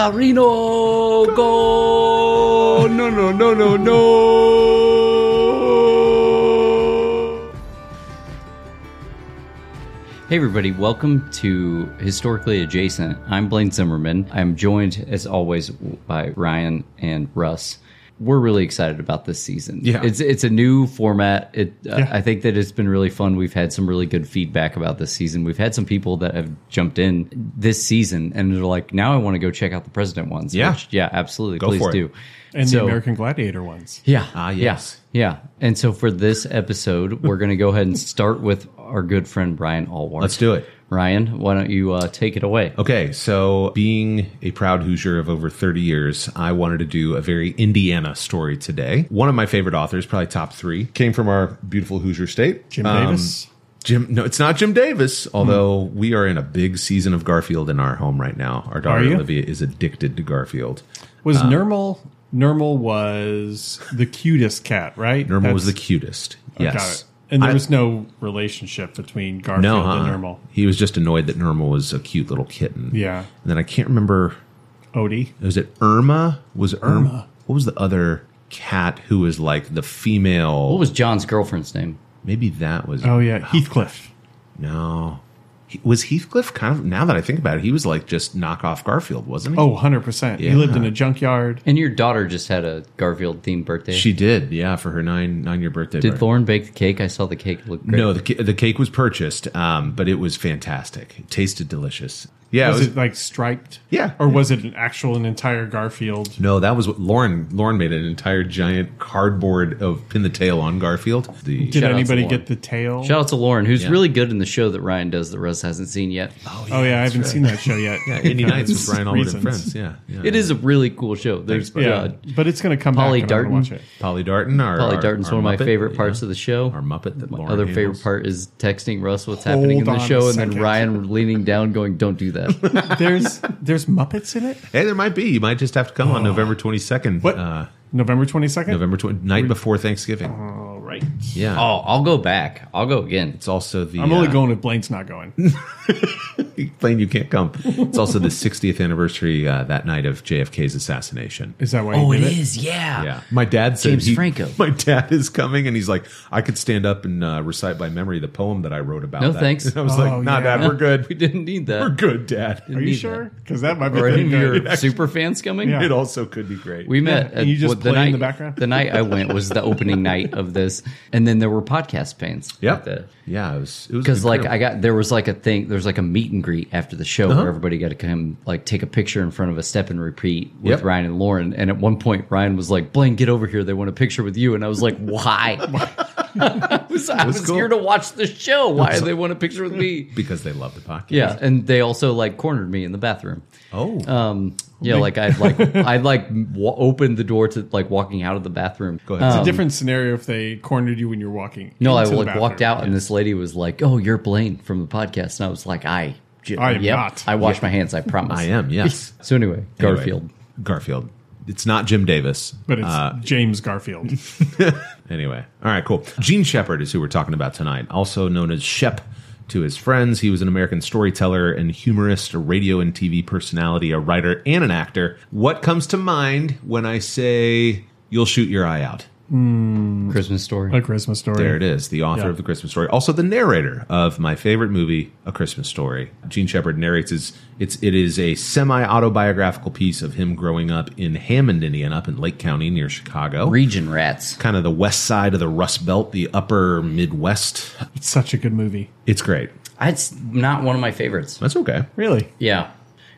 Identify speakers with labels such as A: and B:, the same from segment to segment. A: Gavarino! Go! No, no, no, no, no! Hey, everybody, welcome to Historically Adjacent. I'm Blaine Zimmerman. I'm joined, as always, by Ryan and Russ. We're really excited about this season.
B: Yeah.
A: It's, it's a new format. It, uh, I think that it's been really fun. We've had some really good feedback about this season. We've had some people that have jumped in this season and they're like, now I want to go check out the president ones.
B: Yeah.
A: Which, yeah, absolutely. Please
B: for it.
A: do.
C: and the
A: So-
C: American Gladiator ones.
A: yeah.
B: Ah, yes.
A: Yeah. Yeah. And so for this episode, we're going to go ahead and start with our good friend Ryan Allward.
B: Let's do it.
A: Ryan, why don't you uh, take it away?
B: Okay, so being a proud Hoosier of over 30 years, I wanted to do a very Indiana story today. One of my favorite authors, probably top three, came from our beautiful Hoosier state.
C: Jim
B: Um,
C: Davis. Hmm.
B: Jim, no, it's not Jim Davis. Although we are in a big season of Garfield in our home right now. Our daughter
C: you?
B: Olivia is addicted to Garfield.
C: Was
B: uh,
C: Nermal Nermal was the cutest cat, right?
B: Normal was the
C: That's-
B: cutest.
C: got
B: Yes,
C: it. And there
B: I-
C: was no relationship between Garfield
B: no, uh-huh. huh?
C: and Nermal.
B: He was just annoyed that Normal was a cute little kitten.
C: Yeah.
B: And then I can't remember
C: Odie.
B: was it Irma? Was Irma? What was the other cat who was like the female?
A: What was John's girlfriend's name?
B: maybe that was
C: Oh yeah. Heathcliff.
B: no. He- was Heathcliff kind of? Now that I think about it, he was like just knockoff Garfield, wasn't he?
C: Oh, 100%.
B: Yeah.
C: He lived in a junkyard.
A: And your daughter just had a Garfield themed birthday.
B: she did. Yeah, for her nine nine year birthday.
A: Did
B: party.
A: Lauren bake the cake? I saw the cake look great.
B: no, the ca- the cake was purchased, um, but it was fantastic. It tasted delicious. Yeah, it
C: Was
B: was-
C: it like striped?
B: Yeah.
C: Or was it an actual an entire Garfield?
B: No, that was what Lauren. Lauren made an entire giant cardboard of pin the tail on Garfield. The
C: Did
A: Shout out to
C: anybody
A: Lauren.
C: get the tail?
A: Shout out to Lauren, who's
B: Yeah.
A: really good in the show that Ryan does that Russ hasn't seen yet.
C: oh yeah, I haven't seen that show yet.
B: yeah, Indie Nights with Brian Allwood
C: Reasons.
B: and friends. Yeah, yeah.
A: It is a really cool show. There's
C: Yeah.
A: uh,
C: But it's going to come
A: Polly
C: back and I'm gonna
A: Darton.
C: watch it.
B: Polly Darton. Our,
A: Polly
B: our-
A: Darton's
B: our
A: one of my
B: Muppet,
A: favorite parts
B: yeah.
A: of the show.
B: Our Muppet that
A: my
B: Lauren
A: other favorite
B: handles.
A: part is texting Russ what's happening in
C: Hold
A: the
C: on a
A: show, and then
C: second.
A: Ryan leaning down, going, "Don't do that."
C: There's there's Muppets in it?
B: Hey, there might be. You might just have to come on November 22nd.
C: What?
B: Uh,
C: November 22nd?
B: November 20, night before Thanksgiving.
C: All right.
B: yeah.
A: oh, I'll go back. I'll go again.
B: It's also the.
C: I'm only
B: uh,
C: going if Blaine's not going.
B: Plane, you can't come. It's also the 60th anniversary uh, that night of JFK's assassination.
C: Is that why?
A: Oh,
C: you
A: it
C: did
A: is. Yeah.
B: Yeah, my dad said
A: James
B: he-
A: Franco.
B: My dad is coming, and he's like, "I could stand up and uh, recite by memory the poem that I wrote about."
A: No,
B: that.
A: thanks.
B: And I was
C: Oh,
B: like, "Nah,
C: yeah.
B: Dad, we're
A: We
B: good.
A: didn't need that.
B: We're good, Dad."
C: Are you
A: need
C: sure? Because that might be
A: Or
C: the
A: any of
C: thing
A: your
C: that-
A: super fans coming?
C: Yeah.
B: It also could be great.
A: We met.
C: Yeah, and you just
A: the
C: play in
A: night,
C: the background?
A: The night I went was the opening night of this, and then there were podcast pains.
B: yep.
A: At the-
B: yeah, it was. It was
A: because like
B: incredible.
A: I got there was like a thing there was like a meet and greet after the show
C: Uh-huh.
A: where everybody got to come like take a picture in front of a step and repeat with
B: Yep.
A: Ryan and Lauren and at one point Ryan was like Blaine get over here they want a picture with you and I was like why I was, I was
B: cool.
A: here to watch the show why do they want a picture with me
B: because they love the podcast.
A: yeah and they also like cornered me in the bathroom
B: Oh.
A: um yeah like I'd like I'd like w- opened the door to like walking out of the bathroom
B: Go ahead.
C: It's a different scenario if they cornered you when you're walking.
A: um, No, I
C: into the
A: like walked
C: bathroom.
A: out, and this lady was like, "Oh, you're Blaine from the podcast," and I was like, "I, j-
C: I am not.
A: I wash my hands. I promise.
B: I am. Yes.
A: So anyway,
B: Anyway,
A: Garfield.
B: Garfield. It's not Jim Davis.
C: But it's
B: Uh,
C: James Garfield.
B: anyway. All right, cool. Gene Shepard is who we're talking about tonight, also known as Shep to his friends. He was an American storyteller and humorist, a radio and TV personality, a writer, and an actor. What comes to mind when I say you'll shoot your eye out?
A: Christmas story.
C: A Christmas story.
B: There it is, the author
C: Yeah.
B: of The Christmas Story, also the narrator of my favorite movie, A Christmas Story. Gene Shepard narrates his it's it is a semi-autobiographical piece of him growing up in Hammond, Indiana, up in Lake County near Chicago.
A: Region rats.
B: kind of the west side of the Rust Belt, the upper Midwest.
C: It's such a good movie.
B: It's great.
A: It's not one of my favorites.
B: That's okay.
C: Really?
A: Yeah,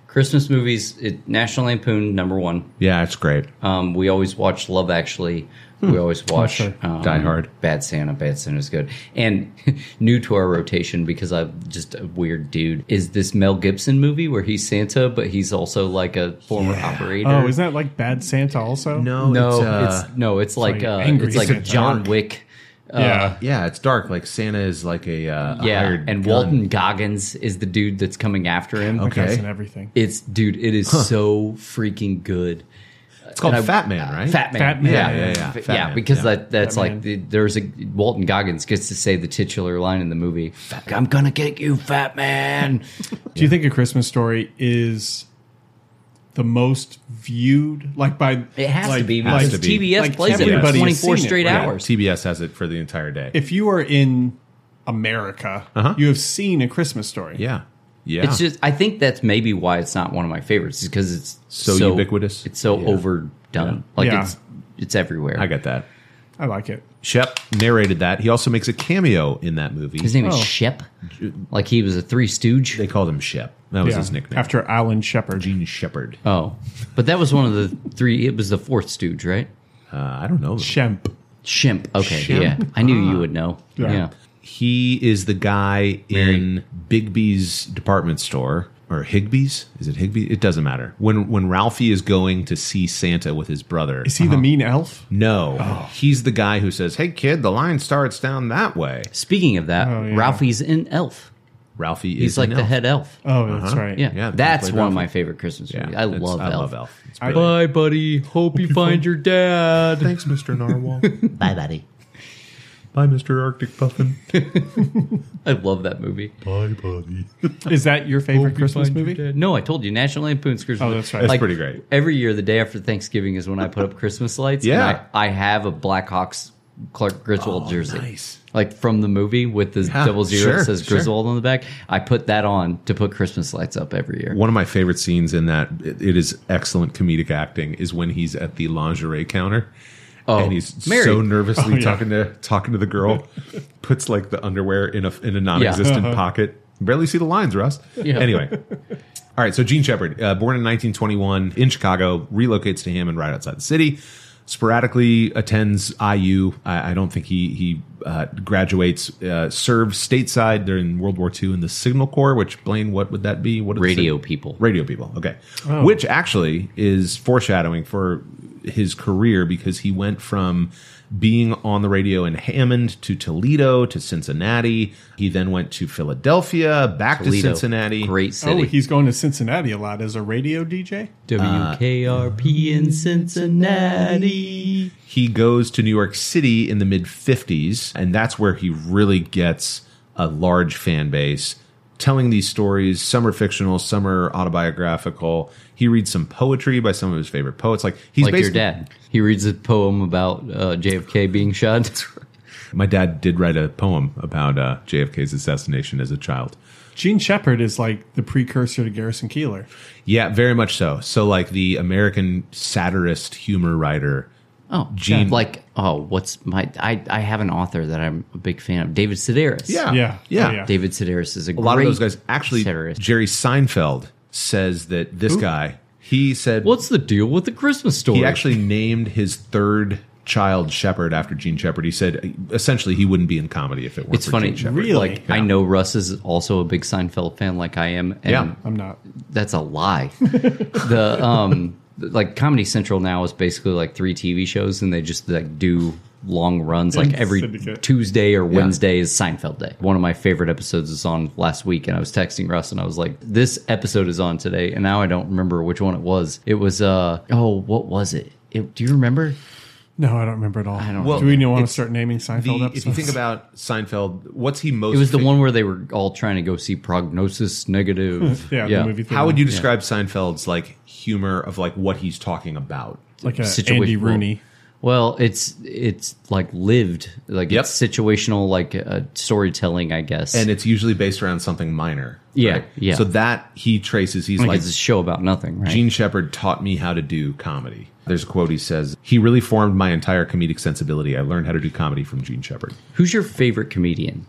A: Christmas movies. It, National Lampoon number one.
B: Yeah, it's great.
A: Um, we always watch Love Actually. We always watch
C: sure.
A: um,
B: Die Hard.
A: Bad Santa. Bad Santa's good. And new to our rotation because I'm just a weird dude is this Mel Gibson movie where he's Santa, but he's also like a former operator.
C: Oh, is that like Bad Santa also?
B: Oh,
A: No, it's, no, it's like,
C: like
A: uh,
C: angry
A: it's like
C: Santa.
A: John Wick.
C: yeah.
B: yeah, it's dark. Like Santa is like a, uh, a
A: Yeah,
B: hired
A: and
B: gun.
A: Walton Goggins is the dude that's coming after him.
B: Okay.
C: Guts and everything.
A: It's dude, it is so freaking good.
B: It's called
A: and I-
B: Fat Man, right?
A: Fat man,
C: Fat Man.
A: yeah,
C: Yeah,
B: yeah, yeah.
A: F-
B: Fat
A: Ah, yeah,
B: Man,
A: because
B: yeah.
A: that that's
C: Fat
A: like
C: Man.
A: the, there's a Walton Goggins gets to say the titular line in the movie. I'm gonna get you, Fat Man.
C: Do you think A Christmas Story is the most viewed, like by
A: It has
C: like-
A: to be
C: like-
A: because
B: to be.
A: TBS
C: like
A: plays it for
C: everybody has
A: 24
C: seen it,
A: straight
C: right?
B: Yeah,
A: hours.
B: TBS has it for the entire day.
C: if you are in America,
A: Uh-huh.
C: you have seen a Christmas story.
B: yeah. Yeah.
A: It's just I think that's maybe why it's not one of my favorites is because it's
B: So ubiquitous?
A: It's so
B: Yeah.
A: overdone. Like
C: Yeah.
A: it's it's everywhere.
B: I got that.
C: I like it.
B: Shep narrated that. He also makes a cameo in that movie.
A: His name
C: Oh.
A: is Shep. Like he was a three stooge.
B: they called him Shep. That was his nickname.
C: After Alan Shepard.
B: Gene Uh, Shepard.
A: Oh, but that was one of the three. It was the fourth stooge, right?
B: Uh, I don't know.
C: Shemp.
A: Shemp. Okay,
B: Shemp.
A: yeah. I knew you would know.
C: Ah. Yeah.
A: Yeah.
B: He is the guy in Bigby's department store or Higby's. Is it Higby? It doesn't matter. When when Ralphie is going to see Santa with his brother.
C: Is he Oh. the mean elf?
B: no, he's the guy who says, "Hey kid, the line starts down that way."
A: Speaking of that,
C: Oh, yeah.
A: Ralphie's in Elf.
B: Ralphie
A: He's
B: is
A: like
B: an
A: the
B: elf.
A: head elf.
C: Oh, that's right.
A: yeah.
B: yeah,
A: that's
B: they
A: one
B: play
A: of my
B: Ralphie.
A: favorite Christmas movies. I,
B: it's-
A: love,
B: I
A: elf.
B: love Elf. It's
C: I-
B: brilliant.
A: Bye, buddy. Hope you find your dad.
B: Thanks, Mr. Narwhal.
A: Bye, buddy.
B: Bye, Mr. Arctic Puffin.
A: I love that movie.
B: Bye, buddy.
C: Is that your favorite Christmas movie?
A: No, I told you. National Lampoon's Christmas.
C: Oh, that's right.
B: That's pretty great.
A: Every year, the day after Thanksgiving is when I put up Christmas lights. and
B: Yeah. Oh,
A: I, I have a Blackhawks Clark Griswold jersey.
B: nice.
A: Like from the movie with the
B: Yeah,
A: double zero
B: sure,
A: that says
B: sure.
A: Griswold on the back. I put that on to put Christmas lights up every year.
B: One of my favorite scenes in that it- it is excellent comedic acting is when he's at the lingerie counter.
A: Oh,
B: and he's
A: married.
B: so nervously
C: Oh, yeah.
B: talking to talking to the girl, puts like the underwear in a in a non-existent
C: Uh-huh.
B: pocket. Barely see the lines, Russ.
A: Yeah.
B: Anyway, all right. So Gene Shepard, uh, born in 1921 in Chicago, relocates to Hammond right outside the city. Sporadically attends IU. I, I don't think he he uh, graduates. Uh, serves stateside during World War II in the Signal Corps. Which Blaine, what would that be? What is
A: Radio
B: it?
A: people.
B: Radio people. Okay.
A: Oh.
B: Which actually is foreshadowing for his career because he went from being on the radio in Hammond to Toledo to Cincinnati. He then went to Philadelphia, back
A: Toledo,
B: to Cincinnati.
A: Great
C: Oh,
A: city.
C: he's going to Cincinnati a lot as a radio DJ.
A: WKRP in Cincinnati.
B: He goes to New York City in the mid 50s, and that's where he really gets a large fan base. Telling these stories, some are fictional, some are autobiographical. He reads some poetry by some of his favorite poets. Like he's
A: Like your
B: basically-
A: dad. He reads a poem about uh, JFK being shot.
B: My dad did write a poem about uh, JFK's assassination as a child.
C: Gene Shepard is like the precursor to Garrison Keeler.
B: Yeah, very much so. So, like the American satirist humor writer.
A: Oh,
B: Gene-
A: Gene. Like, oh, what's my? I I have an author that I'm a big fan of, David Sedaris.
C: Yeah.
B: yeah.
C: Oh, yeah.
A: David Sedaris is a,
B: A lot of those guys. Actually,
A: Satirist.
B: Jerry Seinfeld says that this guy. He said
A: What's the deal with the Christmas story?
B: he actually named his third child Shepherd after Gene Shepherd. He said uh, essentially he wouldn't be in comedy if it weren't
A: it's
B: for
A: funny.
B: Gene Shepherd.
C: Really?
A: Like, I know Russ is also a big Seinfeld fan, like I am. And
B: Yeah.
C: I'm not.
A: that's a lie. the um, like Comedy Central now is basically like three TV shows, and they just like do long runs. Like
C: In
A: every
C: syndicate.
A: Tuesday or Wednesday is Seinfeld day. One of my favorite episodes is on last week, and I was texting Russ, and I was like, "This episode is on today," and now I don't remember which one it was. It was uh oh, what was it? It, do you remember?
C: No, I don't remember at all. I
A: don't
C: Do
A: Well,
C: we even want to
B: it's
C: start naming Seinfeld
B: The-
C: episodes?
B: if you think about Seinfeld, what's he most?
A: It was the
B: fa-
A: one where they were all trying to go see Prognosis Negative.
C: yeah, the movie theater.
B: How would you describe Seinfeld's like humor of like what he's talking about?
C: like a
A: situa-
C: Andy Rooney?
A: Well, it's it's like lived, like
B: Yep.
A: it's situational, like uh, storytelling, I guess.
B: and it's usually based around something minor.
A: Yeah,
B: right?
A: yeah.
B: So that he traces, he's
A: like,
B: like,
A: it's a show about nothing, right?
B: Gene Shepard taught me how to do comedy. There's a quote he says, he really formed my entire comedic sensibility. I learned how to do comedy from Gene Shepard.
A: Who's your favorite comedian?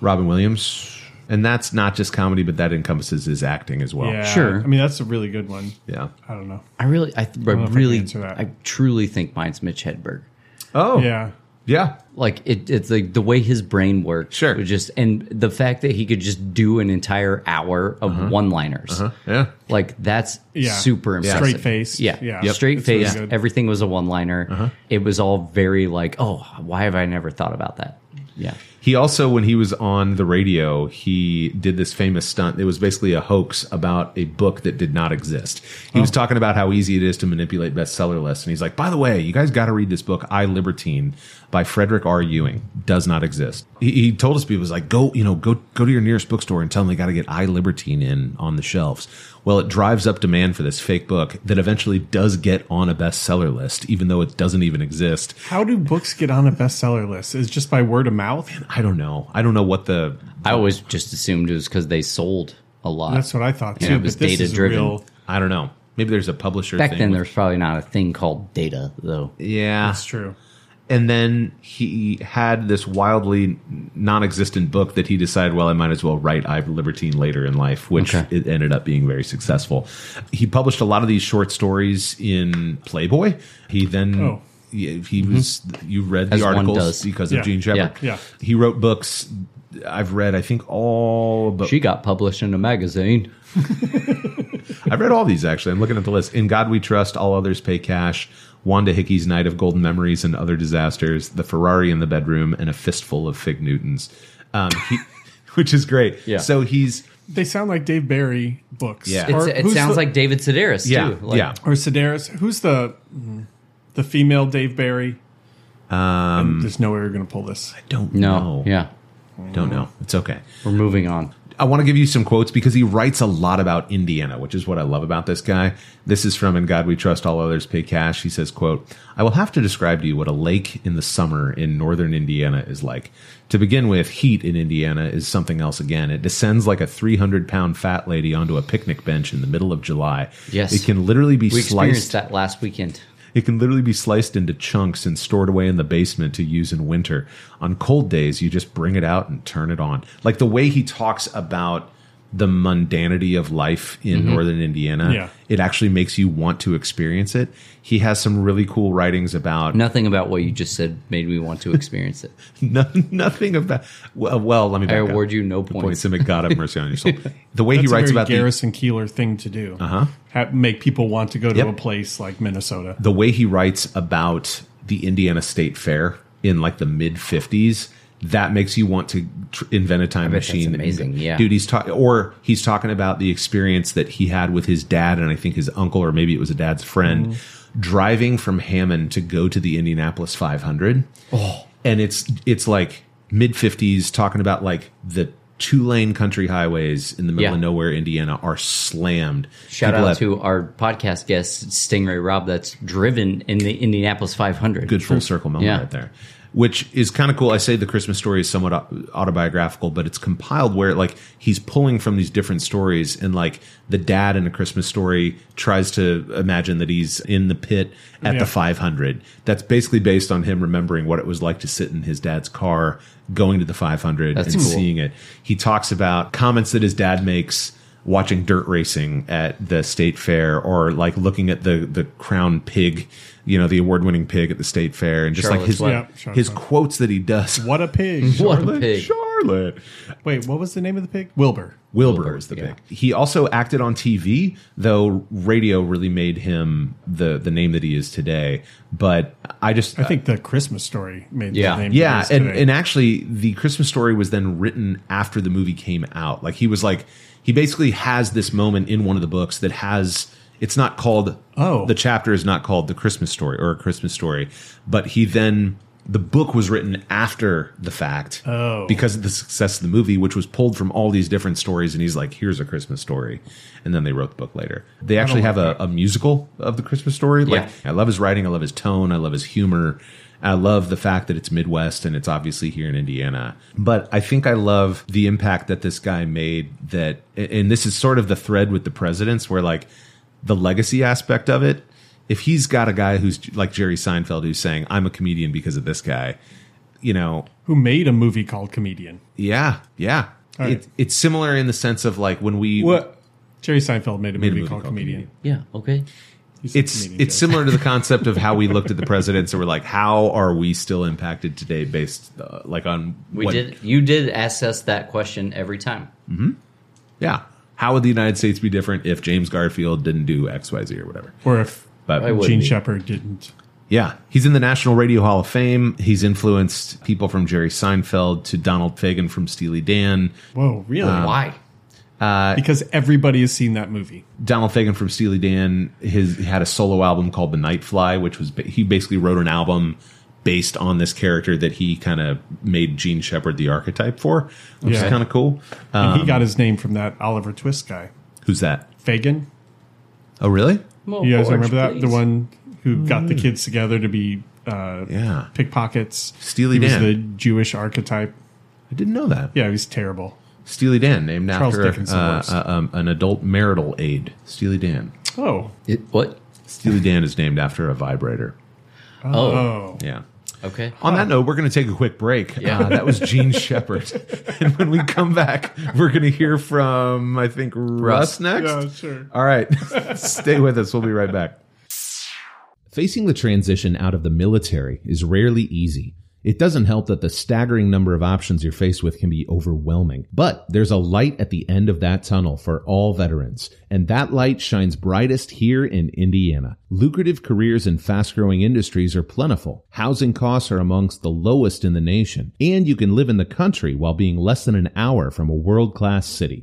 B: Robin Williams. And that's not just comedy, but that encompasses his acting as well.
C: yeah.
A: Oh, sure.
C: I mean, that's a really good one.
B: Yeah.
C: I don't know.
A: I really, I, th- I,
C: know if I can
A: really,
C: answer that.
A: I truly think mine's Mitch Hedberg.
B: Oh.
C: Yeah.
B: Yeah.
A: Like it, it's like the way his brain works.
B: Sure.
A: would Just and the fact that he could just do an entire hour of one-liners.
B: Yeah.
A: Like that's
C: Yeah.
A: super
C: Yeah.
A: impressive.
C: Straight face.
A: Yeah.
C: Yeah. Yep.
A: Straight
C: It's really
A: face.
C: good.
A: Everything was a one liner. It was all very like, oh, why have I never thought about that? Yeah.
B: He also, when he was on the radio, he did this famous stunt. It was basically a hoax about a book that did not exist. He was talking about how easy it is to manipulate bestseller lists. And he's like, by the way, you guys got to read this book, I Libertine, by Frederick R. Ewing. Does not exist. He, he told us people, he was like, go, you know, go, go to your nearest bookstore and tell them they got to get I Libertine in on the shelves. Well, it drives up demand for this fake book that eventually does get on a bestseller list, even though it doesn't even exist.
C: How do books get on a bestseller list? Is it just by word of mouth?
B: I don't know. I don't know what the
A: I always just assumed it was because they sold a lot.
C: That's what I thought too.
A: it was
C: but this is
A: data-driven.
C: real.
B: I don't know. Maybe there's a publisher
A: Back
B: thing
A: then,
B: with-
A: there's probably not a thing called data, though.
B: yeah.
C: That's true.
B: And then he had this wildly non-existent book that he decided, well, I might as well write "I've Libertine" later in life, which
A: Okay.
B: it ended up being very successful. He published a lot of these short stories in Playboy. He then.
C: Oh.
B: He, he was you read the
A: Mm-hmm. As one
B: articles
A: does.
B: because
C: Yeah.
B: of Gene Shepard.
A: Yeah.
C: Yeah.
B: He wrote books. I've read, I think, all but
A: She got published in a magazine.
B: I've read all these actually. I'm looking at the list. In God We Trust, All Others Pay Cash, Wanda Hickey's Night of Golden Memories and Other Disasters, The Ferrari in the Bedroom, and A Fistful of Fig Newtons, um, he, which is great.
A: Yeah.
B: So he's
C: They sound like Dave Barry books.
B: Yeah.
A: It's,
C: Or
A: it
C: who's
A: sounds
C: the-
A: like David Sedaris,
B: yeah
A: too. Like,
B: yeah.
C: or Sedaris. Who's the the female Dave Barry? Um, there's no way we're going to pull this.
B: Don't
A: No,
B: know.
A: yeah.
B: Don't know. It's okay.
A: We're moving on.
B: I want to give you some quotes because he writes a lot about Indiana, which is what I love about this guy. This is from In God We Trust, All Others Pay Cash. He says, quote, I will have to describe to you what a lake in the summer in northern Indiana is like. To begin with, heat in Indiana is something else again. It descends like a 300-pound fat lady onto a picnic bench in the middle of July.
A: Yes.
B: It can literally be
A: We experienced
B: sliced
A: that last weekend.
B: it can literally be sliced into chunks and stored away in the basement to use in winter. On cold days, you just bring it out and turn it on. Like the way he talks about the mundanity of life in northern Indiana,
C: Yeah.
B: it actually makes you want to experience it. He has some really cool writings about
A: Nothing about what you just said made me want to experience it.
B: no, nothing about. Well, well let me.
A: I
B: Back
A: award
B: up.
A: you no
B: Points
A: points.
B: him at God have mercy on your soul. The way
C: That's
B: he writes
C: a very
B: about the, Uh-huh.
C: Garrison Keeler thing to do. Uh huh. Make people want to go to
B: Yep.
C: a place like Minnesota.
B: the way he writes about the Indiana State Fair in like the mid 50s that makes you want to tr- invent a time
A: that's
B: machine.
A: amazing, yeah.
B: dude. He's talking, or he's talking about the experience that he had with his dad, and I think his uncle, or maybe it was a dad's friend,
A: Mm.
B: driving from Hammond to go to the Indianapolis 500. Oh, and it's it's like mid 50s, talking about like the two lane country highways in the middle
A: Yeah.
B: of nowhere, Indiana, are slammed.
A: Shout
B: People
A: out
B: have-
A: to our podcast guest, Stingray Rob, that's driven in the Indianapolis 500.
B: good full circle moment
A: Yeah.
B: right there which is kind of cool i say the christmas story is somewhat au- autobiographical but it's compiled where like he's pulling from these different stories and like the dad in a christmas story tries to imagine that he's in the pit at
C: Yeah.
B: the 500 that's basically based on him remembering what it was like to sit in his dad's car going to the 500
A: That's
B: and
A: cool.
B: seeing it he talks about comments that his dad makes watching dirt racing at the state fair or like looking at the the crown pig you know the award-winning pig at the state fair and just like his
A: Charlotte's
C: Web. Yeah,
B: his
C: Charlotte's
B: quotes that he does
C: What a pig!
A: What a
B: Charlotte,
A: pig.
B: Charlotte.
C: Wait, what was the name of the pig? Wilbur.
B: Wilbur, was the
A: yeah.
B: pig. He also acted on TV, though radio really made him the the name that he is today. But I just
C: I think the Christmas story made
A: Yeah.
C: the name. that it
B: yeah,
C: is
B: and,
C: today.
B: and actually, the Christmas story was then written after the movie came out. Like he was like he basically has this moment in one of the books that has it's not called
C: Oh.
B: the chapter is not called the Christmas story or a Christmas story, but he then the book was written after the fact
C: Oh.
B: because of the success of the movie, which was pulled from all these different stories, and he's like, "Here's a Christmas story," and then they wrote the book later. They actually
C: like
B: have a, a musical of the Christmas story. Like,
A: Yeah.
B: I love his writing. I love his tone. I love his humor. I love the fact that it's Midwest and it's obviously here in Indiana. But I think I love the impact that this guy made that and this is sort of the thread with the presidents where like the legacy aspect of it. If he's got a guy who's like Jerry Seinfeld who's saying, "I'm a comedian because of this guy," you know,
C: who made a movie called Comedian?
B: yeah, yeah.
C: All right.
B: It, it's similar in the sense of like when we
C: What? Jerry Seinfeld made a
B: made
C: movie, called, Comedian.
A: Yeah, okay.
C: He said
B: It's
C: Comedian
B: it's
C: joke.
B: similar to the concept of how we looked at the presidents and we're like, how are we still impacted today based uh, like on
A: We
B: what-
A: did. You did ask us that question every time.
B: yeah. How would the United States be different if James Garfield didn't do X Y Z or whatever?
C: or if
B: But
A: I would.
C: Gene
A: be.
C: Shepard didn't
B: Yeah, he's in the National Radio Hall of Fame. He's influenced people from Jerry Seinfeld to Donald Fagen from Steely Dan.
C: Whoa, really?
B: Uh,
A: Why?
C: because everybody has seen that movie.
B: Donald Fagen from Steely Dan his had a solo album called The Nightfly, which was ba- he basically wrote an album based on this character that he kind of made Gene Shepard the archetype for, which
C: Yeah.
B: is kind of cool. Uh,
C: And he got his name from that Oliver Twist guy,
B: who's that?
C: Fagin.
B: Oh, really?
A: Well,
C: You guys
A: George,
C: remember that? The
A: please.
C: one who got
B: Mm.
C: the kids together to be uh,
B: Yeah,
C: pickpockets.
B: Steely
C: he was
B: Dan.
C: the Jewish archetype.
B: I didn't know that.
C: Yeah, he was terrible.
B: Steely Dan, named
C: Charles
B: after
C: Dickens the
B: uh,
C: worst.
B: uh, um, an adult marital aid. Steely Dan.
C: Oh,
A: It, what?
B: Steely Dan is named after a vibrator.
A: Oh,
C: oh,
B: Yeah.
A: okay.
B: On that note, we're going to take a quick break.
A: Yeah.
B: Uh, that was Gene Shepard. And when we come back, we're going to hear from, I think, Russ, next.
C: yeah, sure.
B: All right. Stay with us. We'll be right back. Facing the transition out of the military is rarely easy. It doesn't help that the staggering number of options you're faced with can be overwhelming. But there's a light at the end of that tunnel for all veterans, and that light shines brightest here in Indiana. Lucrative careers in fast growing industries are plentiful. Housing costs are amongst the lowest in the nation, and you can live in the country while being less than an hour from a world class city.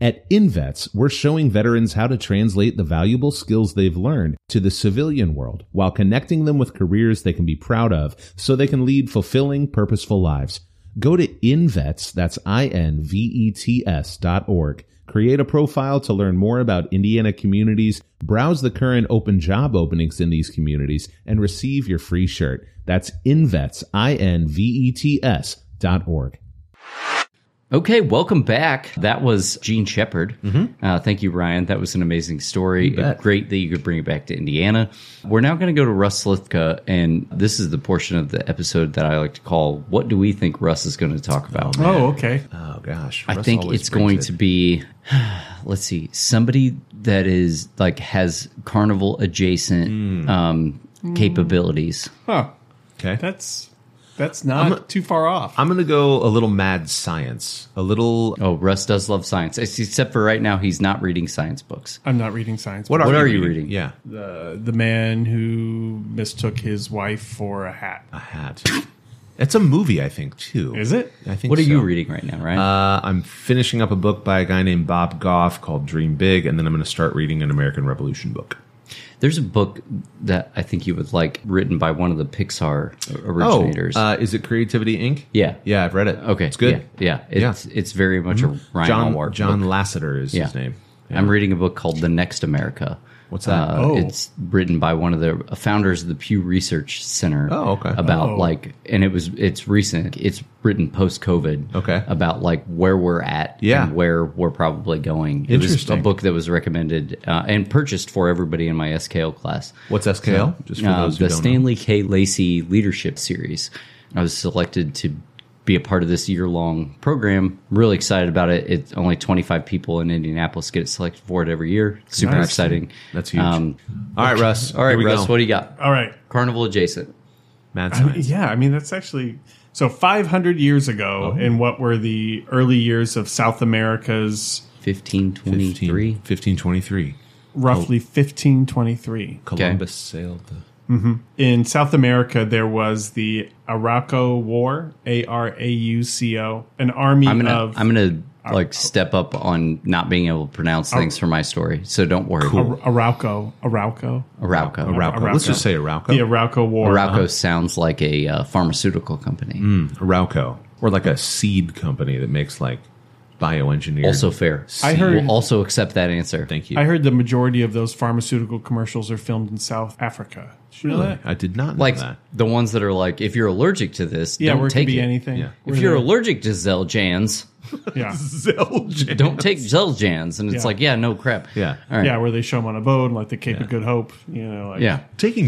B: At InVets, we're showing veterans how to translate the valuable skills they've learned to the civilian world while connecting them with careers they can be proud of so they can lead fulfilling, purposeful lives. Go to InVets, that's I-N-V-E-T-S E dot org. Create a profile to learn more about Indiana communities, browse the current open job openings in these communities, and receive your free shirt. That's InVets, I-N-V-E-T-S E dot org.
A: Okay, welcome back. That was Gene Shepard. Uh, thank you, Ryan. That was an amazing story.
B: bet.
A: Great that you could bring it back to Indiana. We're now going to go to Russ Lithka, and this is the portion of the episode that I like to call "What do we think Russ is going to talk about?"
C: Oh, okay.
B: Oh, gosh.
A: I think it's going to be, let's see, somebody that is like has carnival adjacent um, capabilities.
C: Huh.
B: Okay.
C: That's that's not too far off.
B: I'm going to go a little mad science, a little.
A: Oh, Russ does love science, Ex- except for right now, he's not reading science books.
C: I'm not reading science.
B: What are,
A: What
B: you,
A: are you
B: reading?
A: reading?
B: Yeah,
C: the, the man who mistook his wife for a hat?
B: a hat. It's a movie, I think, too.
C: Is it?
B: I think.
A: What are
B: so.
A: you reading right now, Ryan?
B: Uh, I'm finishing up a book by a guy named Bob Goff called Dream Big, and then I'm going to start reading an American Revolution book.
A: There's a book that I think you would like, written by one of the Pixar originators.
B: Oh, uh, is it Creativity Inc?
A: Yeah.
B: yeah, I've read it.
A: okay,
B: it's good. Mm-hmm.
A: Yeah, yeah. it's it's very much a Ryan
B: John
A: Hallmark
B: John
A: book.
B: Lasseter is
A: Yeah.
B: his name.
A: I'm reading a book called The Next America.
B: What's that?
A: Uh,
C: Oh.
A: It's written by one of the founders of the Pew Research Center.
B: Oh, okay.
A: About
C: Oh.
A: like, and it was it's recent. It's written post COVID.
B: Okay.
A: About like where we're at.
B: Yeah.
A: And where we're probably going. It was
B: Interesting.
A: a book that was recommended uh, and purchased for everybody in my SKL class.
B: What's SKL? Just for
A: Uh,
B: those who
A: the
B: don't
A: Stanley K. Lacey Leadership Series. I was selected to be a part of this year long program. I'm really excited about it. It's only 25 people in Indianapolis get selected for it every year. Super
B: Nice.
A: exciting.
B: know. That's huge. all right, Russ.
A: um, all right,
B: here we
A: Russ,
B: go.
A: what do you got?
C: All right.
A: Carnival adjacent.
B: Mad
C: I mean,
B: science.
C: yeah, I mean that's actually so 500 years
A: Oh.
C: ago in what were the early years of South America's
A: 1523.
B: 1523.
A: Oh.
C: roughly 1523.
B: Columbus sailed the.
C: In South America there was the Arauco War, A R A U C O, an army
A: I'm gonna
C: of
A: I'm gonna like step up on not being able to pronounce things for my story. So don't worry.
B: Cool.
C: Arauco, Arauco.
A: Arauco.
B: Arauco.
C: Arauco.
B: Let's just say Arauco. Mm.
C: The Arauco War.
A: Oh. Arauco sounds like a uh, pharmaceutical company.
B: Arauco, or like a seed company that makes like bioengineered.
A: Also fair.
C: I heard-
A: We'll also accept that answer.
B: thank you.
C: I heard the majority of those pharmaceutical commercials are filmed in South Africa. Did you know that?
B: I did not know
A: like
B: that.
A: the ones that are like, if you're allergic to this,
C: Yeah,
A: don't
C: where it could
A: take
C: be
A: it.
C: anything.
B: Yeah.
A: If you're allergic to Zeljans,
C: a, yeah.
B: Zelge.
A: don't take Zeljans. And it's
C: Yeah.
A: like, yeah, no crap.
B: Yeah.
A: All right.
C: yeah, where they show them on a boat and like the Cape of Good Hope, you know, like
A: Yeah.
B: Taking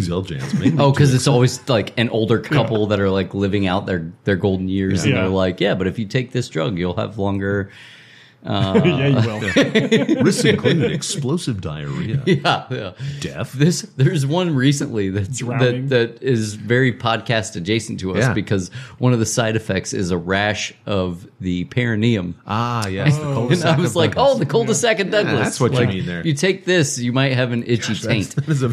B: Zeljans made me
A: Oh, because it's always like an older couple that are like living out their, their golden years, and
C: Yeah.
A: they're like, "Yeah, but if you take this drug, you'll have longer."
C: yeah,
A: Uh,
C: you will.
B: risks included explosive diarrhea,
A: Yeah, yeah.
B: death.
A: This there's one recently that's that,
C: Drowning.
A: that is very podcast adjacent to us
B: Yeah.
A: because one of the side effects is a rash of the perineum.
B: Ah, yes. The
A: And
B: cul-de-sac
A: I was
B: of
A: like,
B: Douglas.
A: oh, the cul-de-sac of Douglas.
B: that's what you
A: Like,
B: mean there.
A: You take this, you might have an itchy "Oh, taint.
B: That is a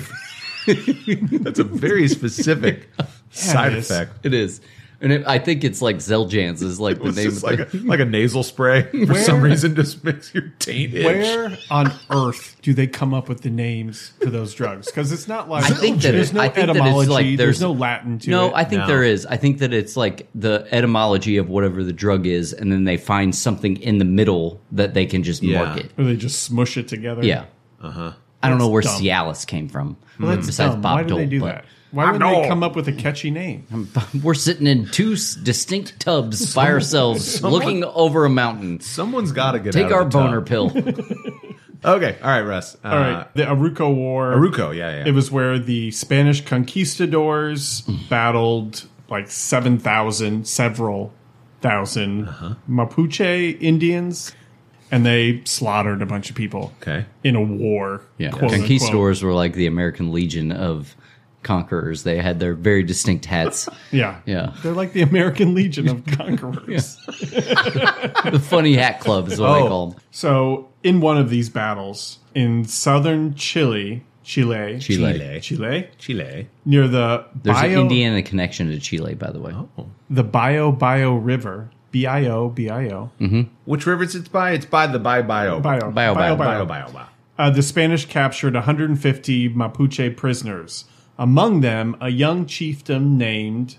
B: That's a very specific side
C: it is.
B: effect.
A: It is. And it, I think it's like Zeljans is like
B: It
A: the
B: was
A: name of
B: just like
A: it.
B: a, like a nasal spray for some reason just makes your taint itch.
C: Where on earth do they come up with the names for those drugs? Because it's not like
A: I think that
C: there's
A: it-
C: no
A: I think that it's
C: etymology.
A: like
C: there's,
A: there's-
C: no Latin to
A: No,
C: it.
A: I think
B: No.
A: there is. I think that it's like the etymology of whatever the drug is, and then they find something in the middle that they can just
B: Yeah.
A: market.
C: or they just smush it together.
A: Yeah. Uh huh. I don't know
C: That's
A: where
C: dumb.
A: Cialis came from.
C: Hmm. Well, that's
A: besides
C: dumb.
A: Bob
C: Why do they
A: Dole,
C: do
A: but-
C: that? Why would
B: Bob
C: they
B: Dole.
C: come up with a catchy name?
A: We're sitting in two s- distinct tubs by ourselves, looking over a mountain.
B: Someone's got to get
A: Take
B: out
A: our
B: of the tub.
A: boner pill.
B: Okay, all right, Russ. Uh,
C: All right, the Aruco War.
B: Aruco, yeah, yeah.
C: It was where the Spanish conquistadors battled like 7,000, several 1000
B: Uh-huh.
C: Mapuche Indians, and they slaughtered a bunch of people
B: okay.
C: in a war.
A: Yeah,
C: quote unquote.
A: conquistadors were like the American Legion of conquerors. They had their very distinct hats.
C: Yeah.
A: Yeah.
C: They're like the American Legion of Conquerors.
A: the funny hat club is what I
B: Oh.
A: call them.
C: So, in one of these battles in southern Chile, Chile,
A: Chile.
C: Chile,
B: Chile.
C: near the
A: There's an
C: bio, Oh.
A: Indiana connection to Chile, by the way.
C: the Bio Bio River, B I O B I O,
B: Which rivers it's by? It's by the Bio Bio.
C: Bio
A: Bio Bio.
B: Bio Bio. Bio.
C: Uh, the Spanish captured 150 Mapuche prisoners, among them a young chieftain named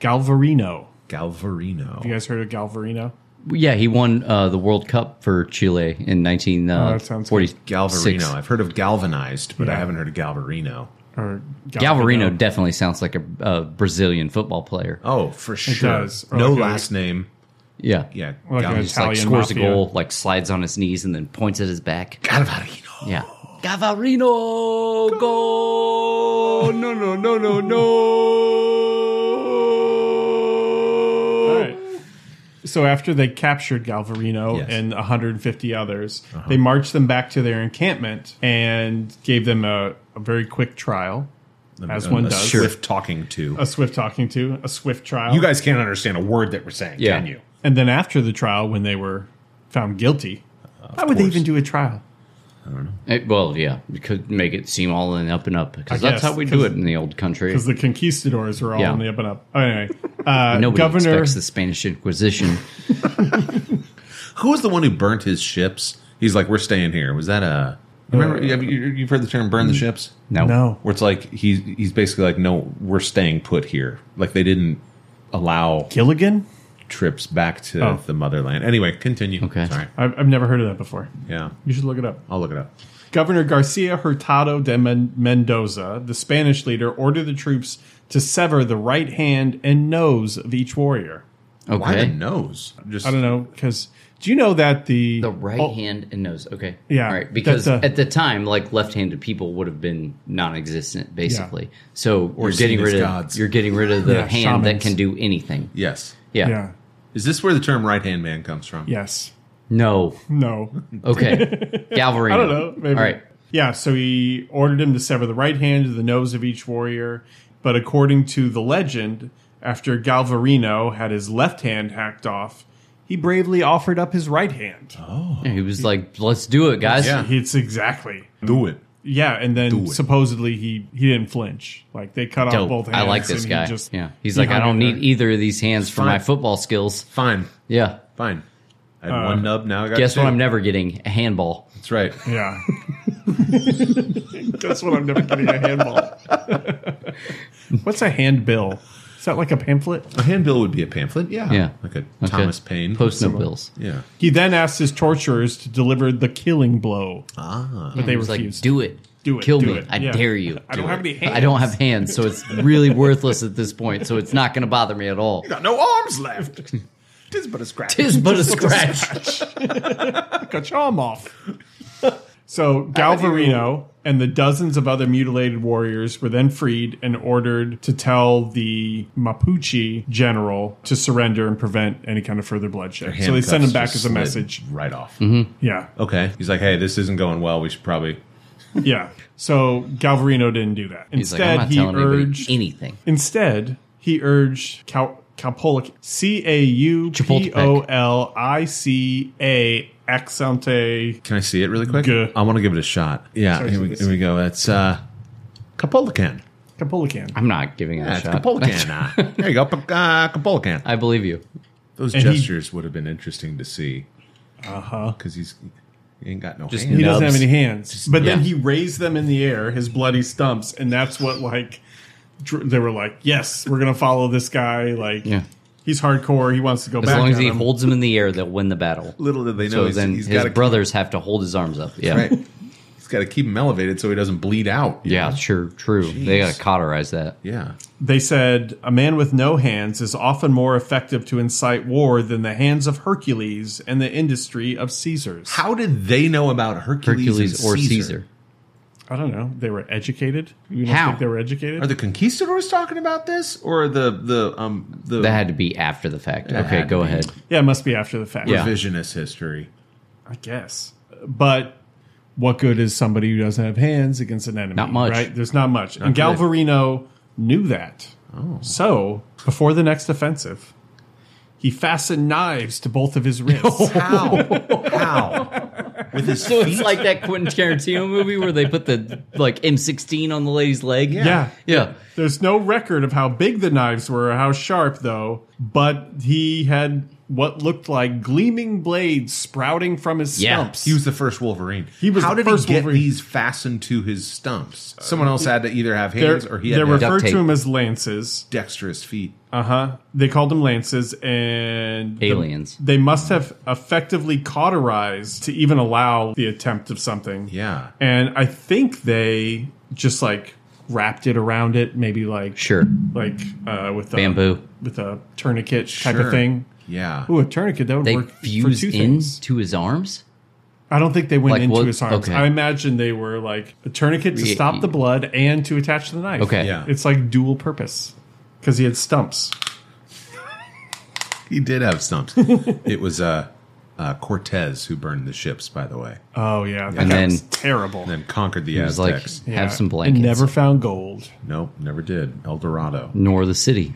C: Galvarino.
B: Galvarino.
C: You guys heard of Galvarino?
A: Yeah, he won uh, the World Cup for Chile in uh,
C: Oh, that sounds
A: 1946.
B: Galvarino. I've heard of galvanized, but I haven't heard of Galvarino.
C: Or
A: Galvarino definitely sounds like a, a Brazilian football player.
B: Oh, for sure.
C: does. Or
B: No
C: like a-
B: last name.
A: Yeah.
B: Yeah.
C: Like
B: Gal-
C: a-
A: Just like
C: Italian
A: scores
C: mafia.
A: a goal, like slides on his knees and then points at his back.
B: Galvarino.
A: Yeah. Gavarino, go! Oh, No, no, no, no, no!
C: All right. So after they captured Galvarino
B: Yes.
C: and 150 others, they marched them back to their encampment and gave them a, a very quick trial, as
B: A-
C: one
B: a
C: does.
B: Swift talking to.
C: A swift talking to, a swift trial.
B: you guys can't understand a word that we're saying,
A: Yeah.
B: can you?
C: and then after the trial, when they were found guilty, why would they
B: course.
C: even do a trial?
A: Eh, well, yeah, we could make it seem all in up and up because
C: I
A: that's
C: guess,
A: how we do
C: 'cause-
A: it in the old country.
C: Because the conquistadors were all
A: Yeah.
C: on the up and up. Oh, anyway, uh,
A: Nobody
C: governor
A: expects the Spanish Inquisition.
B: Who was the one who burnt his ships? He's like, we're staying here. Was that a? You remember? have you, you've heard the term "burn the ships,"
A: No,
C: Uh, no,
B: where it's like he's he's basically like, no, we're staying put here. Like they didn't allow
C: Gilligan.
B: trips back to
C: Oh.
B: the motherland. Anyway, continue.
A: Okay.
B: sorry.
C: I've, I've never heard of that before.
B: Yeah,
C: You should look it up.
B: I'll look it up.
C: Governor Garcia Hurtado de Men- Mendoza, the Spanish leader, ordered the troops to sever the right hand and nose of each warrior.
A: okay.
B: Why the nose? Just
C: I don't know because do you know that the
A: The right
C: oh,
A: hand and nose. Okay.
C: Yeah,
A: All right. Because
C: that's a-
A: at the time, like left-handed people would have been non-existent, basically. So
B: Or
A: you're getting
B: seen as
A: rid of
B: gods.
A: you're getting rid of the
C: Yeah,
A: hand that
C: shamans.
A: can do anything.
B: Yes.
A: Yeah.
C: Yeah.
B: Is this where the term "right hand man" comes from?
C: Yes.
A: No.
C: No.
A: Okay. Galvarino.
C: I don't know. Maybe.
A: All right.
C: Yeah, so he ordered him to sever the right hand and the nose of each warrior. But according to the legend, after Galvarino had his left hand hacked off, he bravely offered up his right hand.
A: Yeah, He was like, "Let's do it, guys."
B: Yeah.
C: It's exactly.
B: Do it.
C: Yeah, and
B: Do
C: then
B: it.
C: supposedly he he didn't flinch. Like they cut off both
A: Dope.
C: hands.
A: I like this
C: and he
A: guy.
C: just-
A: yeah. He's
C: he
A: like, I
C: hung
A: don't
C: in
A: need
C: there.
A: either of these hands for my
B: fine.
A: football skills.
B: Fine.
A: Yeah.
B: Fine. I
C: Uh,
B: had one nub. Now I got.
A: Guess
B: two.
A: what? I'm never getting a handball.
B: That's right.
A: e-"
C: Yeah. That's what I'm never getting a handball. What's a handbill? Is that like a pamphlet?
B: A handbill would be a pamphlet. Yeah.
A: Yeah.
B: Like a
A: Okay.
B: Thomas Paine.
A: Post no
B: symbol.
A: bills.
B: Yeah.
C: He then asked his torturers to deliver the killing blow,
B: Ah.
C: but they
A: He's like,
C: refused.
A: "Do it."
C: Do it,
A: Kill
C: do
A: me.
C: it.
A: I
C: Yeah.
A: dare you.
C: I don't have any hands.
A: I don't have hands, so it's really worthless at this point. So it's not going to bother me at all.
B: got no arms left. Tis but a scratch.
A: Tis but a scratch.
C: Cut your arm off. so Galvarino and the dozens of other mutilated warriors were then freed and ordered to tell the Mapuche general to surrender and prevent any kind of further bloodshed. So they sent him back as a message.
B: Right off.
A: Mm-hmm.
C: Yeah.
B: Okay. He's like, hey, this isn't going well. We should probably.
C: Yeah. So Galvarino didn't do that.
A: He's like, I'm
C: Instead,
A: not
C: he
A: telling anybody
C: urged.
A: anything.
C: Instead, he urged Cal- Calpolic, C A U P O L I C A accente.
B: Can I see it really quick?
C: Good.
B: I want to give it a shot. Yeah.
C: Sorry,
B: Here we,
C: this-
B: here we go. That's uh, Capolican.
C: Capulican.
A: I'm not giving it
B: Yeah,
A: a
B: it's
A: shot.
B: Capolican. Ah, there you go. P- Uh, Capolican.
A: I believe you.
B: Those
C: And he- Uh-huh.
B: gestures would have been interesting to see. Uh huh. Because he's he ain't got no
A: Just
B: hands.
C: He doesn't
A: Nubs.
C: have any hands. But then
A: yeah.
C: he raised them in the air, his bloody stumps, and that's what like dr- they were like, yes, we're gonna follow this guy. Like,
A: Yeah.
C: he's hardcore. He wants to go
A: As
C: back.
A: long as
C: on
A: he
C: him.
A: holds them in the air, they'll win the battle.
B: Little did they know
A: so
B: he's,
A: then
B: he's
A: his
B: got to
A: brothers have to hold his arms up. Yeah.
B: right. He's got to keep him elevated so he doesn't bleed out. you
A: Yeah,
B: know?
A: sure, true. They
B: Jeez.
A: gotta cauterize that.
B: Yeah.
C: They said a man with no hands is often more effective to incite war than the hands of Hercules and the industry of Caesar's.
B: How did they know about Hercules,
A: Hercules
B: and
A: or Caesar.
C: I don't know. They were educated. You don't
A: How?
C: think they were
B: Are
C: educated?
B: the conquistadors talking about this, or the the um the
A: That had to be after the fact.
B: That
A: okay,
B: had to
A: go
B: be.
A: ahead.
C: yeah, it must be after the fact.
A: Yeah.
B: revisionist history?
C: I guess. But what good is somebody who doesn't have hands against an enemy?
A: Not much.
C: Right? There's not much. and
B: good.
C: Galvarino knew that. So, before the next offensive, he fastened knives to both of his wrists.
B: How? How? With his
A: So
B: feet?
A: it's like that Quentin Tarantino movie where they put the like M16 on the lady's leg.
C: yeah.
A: Yeah.
C: There's no record of how big the knives were or how sharp, though, but he had what looked like gleaming blades sprouting from his
A: Yeah.
C: stumps.
B: He was the first Wolverine.
C: He was
B: How
C: the
B: did
C: first
B: he get
C: Wolverine.
B: these fastened to his stumps? Someone else had to either have
C: they're
B: hands or he had
C: they're
B: to have
A: Duct
C: referred
A: tape.
C: to him as lances.
B: dexterous feet.
C: Uh huh. They called them lances and the-
A: Aliens.
C: they must have effectively cauterized to even allow the attempt of something.
B: Yeah.
C: And I think they just like wrapped it around it, maybe like
A: Sure.
C: like uh, with a,
A: Bamboo.
C: with a tourniquet type
B: Sure.
C: of thing.
B: Yeah.
C: Ooh, a tourniquet that would
A: They
C: work
A: fused
C: for two things.
A: into his arms?
C: I don't think they went
A: Like
C: into
A: what-
C: his arms.
A: okay.
C: I imagine they were like a tourniquet to
A: Yeah,
C: stop
A: yeah.
C: the blood and to attach to the knife.
A: Okay.
B: Yeah.
C: it's like dual purpose because he had stumps.
B: He did have stumps. it was uh, uh, Cortez who burned the ships, by the way,
C: Oh yeah, that
A: And
C: guy
A: then-
C: was terrible.
B: and then conquered the
A: He was like,
B: Aztecs.
C: Yeah.
A: have some
C: And
A: blankets.
C: never found gold.
B: nope, never did. El Dorado
A: Nor the city.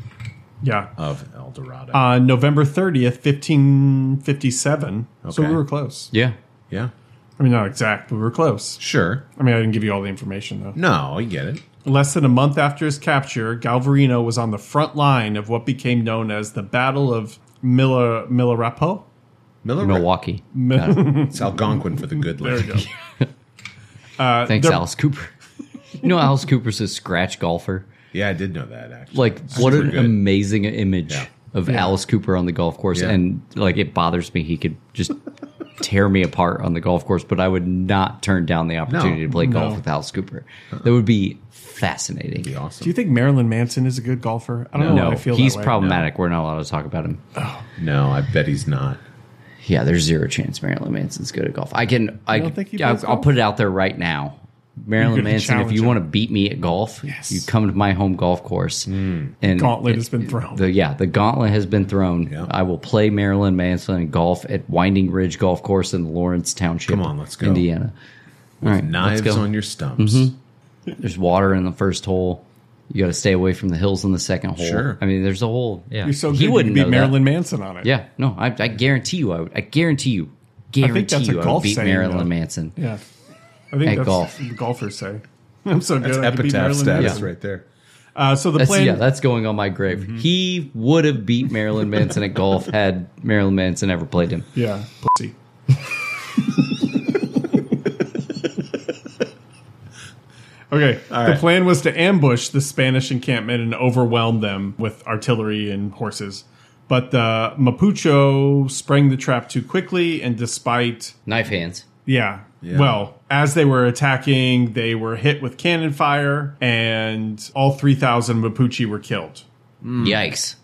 C: Yeah.
B: of El Dorado.
C: On November 30th, 1557. So
B: Okay.
C: we were close.
A: Yeah.
B: yeah.
C: I mean, not exact, but we were close.
B: Sure.
C: I mean, I didn't give you all the information, though.
B: No, I get it.
C: Less than a month after his capture, Galvarino was on the front line of what became known as the Battle of Mila, Milarapo.
B: Miller
A: Milwaukee.
B: It's Algonquin for the good
C: There we
B: lady.
C: go.
A: Thanks,
C: they're-
A: Alice Cooper. you know, Alice Cooper's a scratch golfer.
B: Yeah, I did know that actually.
A: Like, what
B: super
A: an
B: good.
A: amazing image
B: Yeah.
A: of Alice Cooper on the golf course.
B: Yeah.
A: And, like, it bothers me. He could just tear me apart on the golf course, but I would not turn down the opportunity
B: No.
A: to play golf
C: No.
A: with Alice Cooper. That would be fascinating.
B: Be
C: Do you
B: awesome.
C: think Marilyn Manson is a good golfer? I don't know.
A: No,
C: why Oh, I feel
A: he's
C: that way.
A: problematic. We're not allowed to talk about him.
B: No, I bet he's not.
A: Yeah, there's zero chance Marilyn Manson's good at golf. I can, I,
C: don't think he
A: I'll,
C: plays
A: I'll
C: golf?
A: put it out there right now. Marilyn
C: could
A: Manson, if
C: challenge
A: you
C: him.
A: want to beat me at golf,
C: Yes. Mm.
A: you come to my home golf course. And
C: Gauntlet
A: it-
C: has been thrown.
A: The, yeah, the gauntlet has been thrown.
B: Yeah.
A: I will play Marilyn Manson in golf at Winding Ridge Golf Course in Lawrence Township,
B: Come on, let's go.
A: Indiana. All right,
B: Knives
A: let's go. Mm-hmm.
B: on your stumps.
A: There's water in the first hole. You got to stay away from the hills in the second hole.
B: Sure.
A: I mean, there's a whole. Yeah,
C: You're so good. You could beat
A: know that.
C: Marilyn Manson on it.
A: Yeah, no, I, I guarantee you, I, would, I guarantee you, guarantee
C: that's
A: you,
C: a
A: I would
C: golf
A: beat
C: saying,
A: Marilyn
C: though.
A: Manson.
C: Yeah. I think
A: At
C: that's
A: golf.
C: what golfers say. I'm so good.
B: It's
C: I could beat
B: epitaph
C: Marilyn
B: status
C: Manson.
B: right there.
C: Uh, so the
A: That's
C: plan.
A: yeah, that's going on my grave.
C: Mm-hmm.
A: He would have beat Marilyn Manson at golf had Marilyn Manson ever played him.
C: Yeah, pussy. okay. The
B: right.
C: plan was to ambush the Spanish encampment and overwhelm them with artillery and horses. But the Mapucho sprang the trap too quickly, and despite
A: Knife hands.
C: yeah.
B: Yeah.
C: Well, as they were attacking, they were hit with cannon fire, and all 3,000 Mapuche were killed. Mm.
A: Yikes!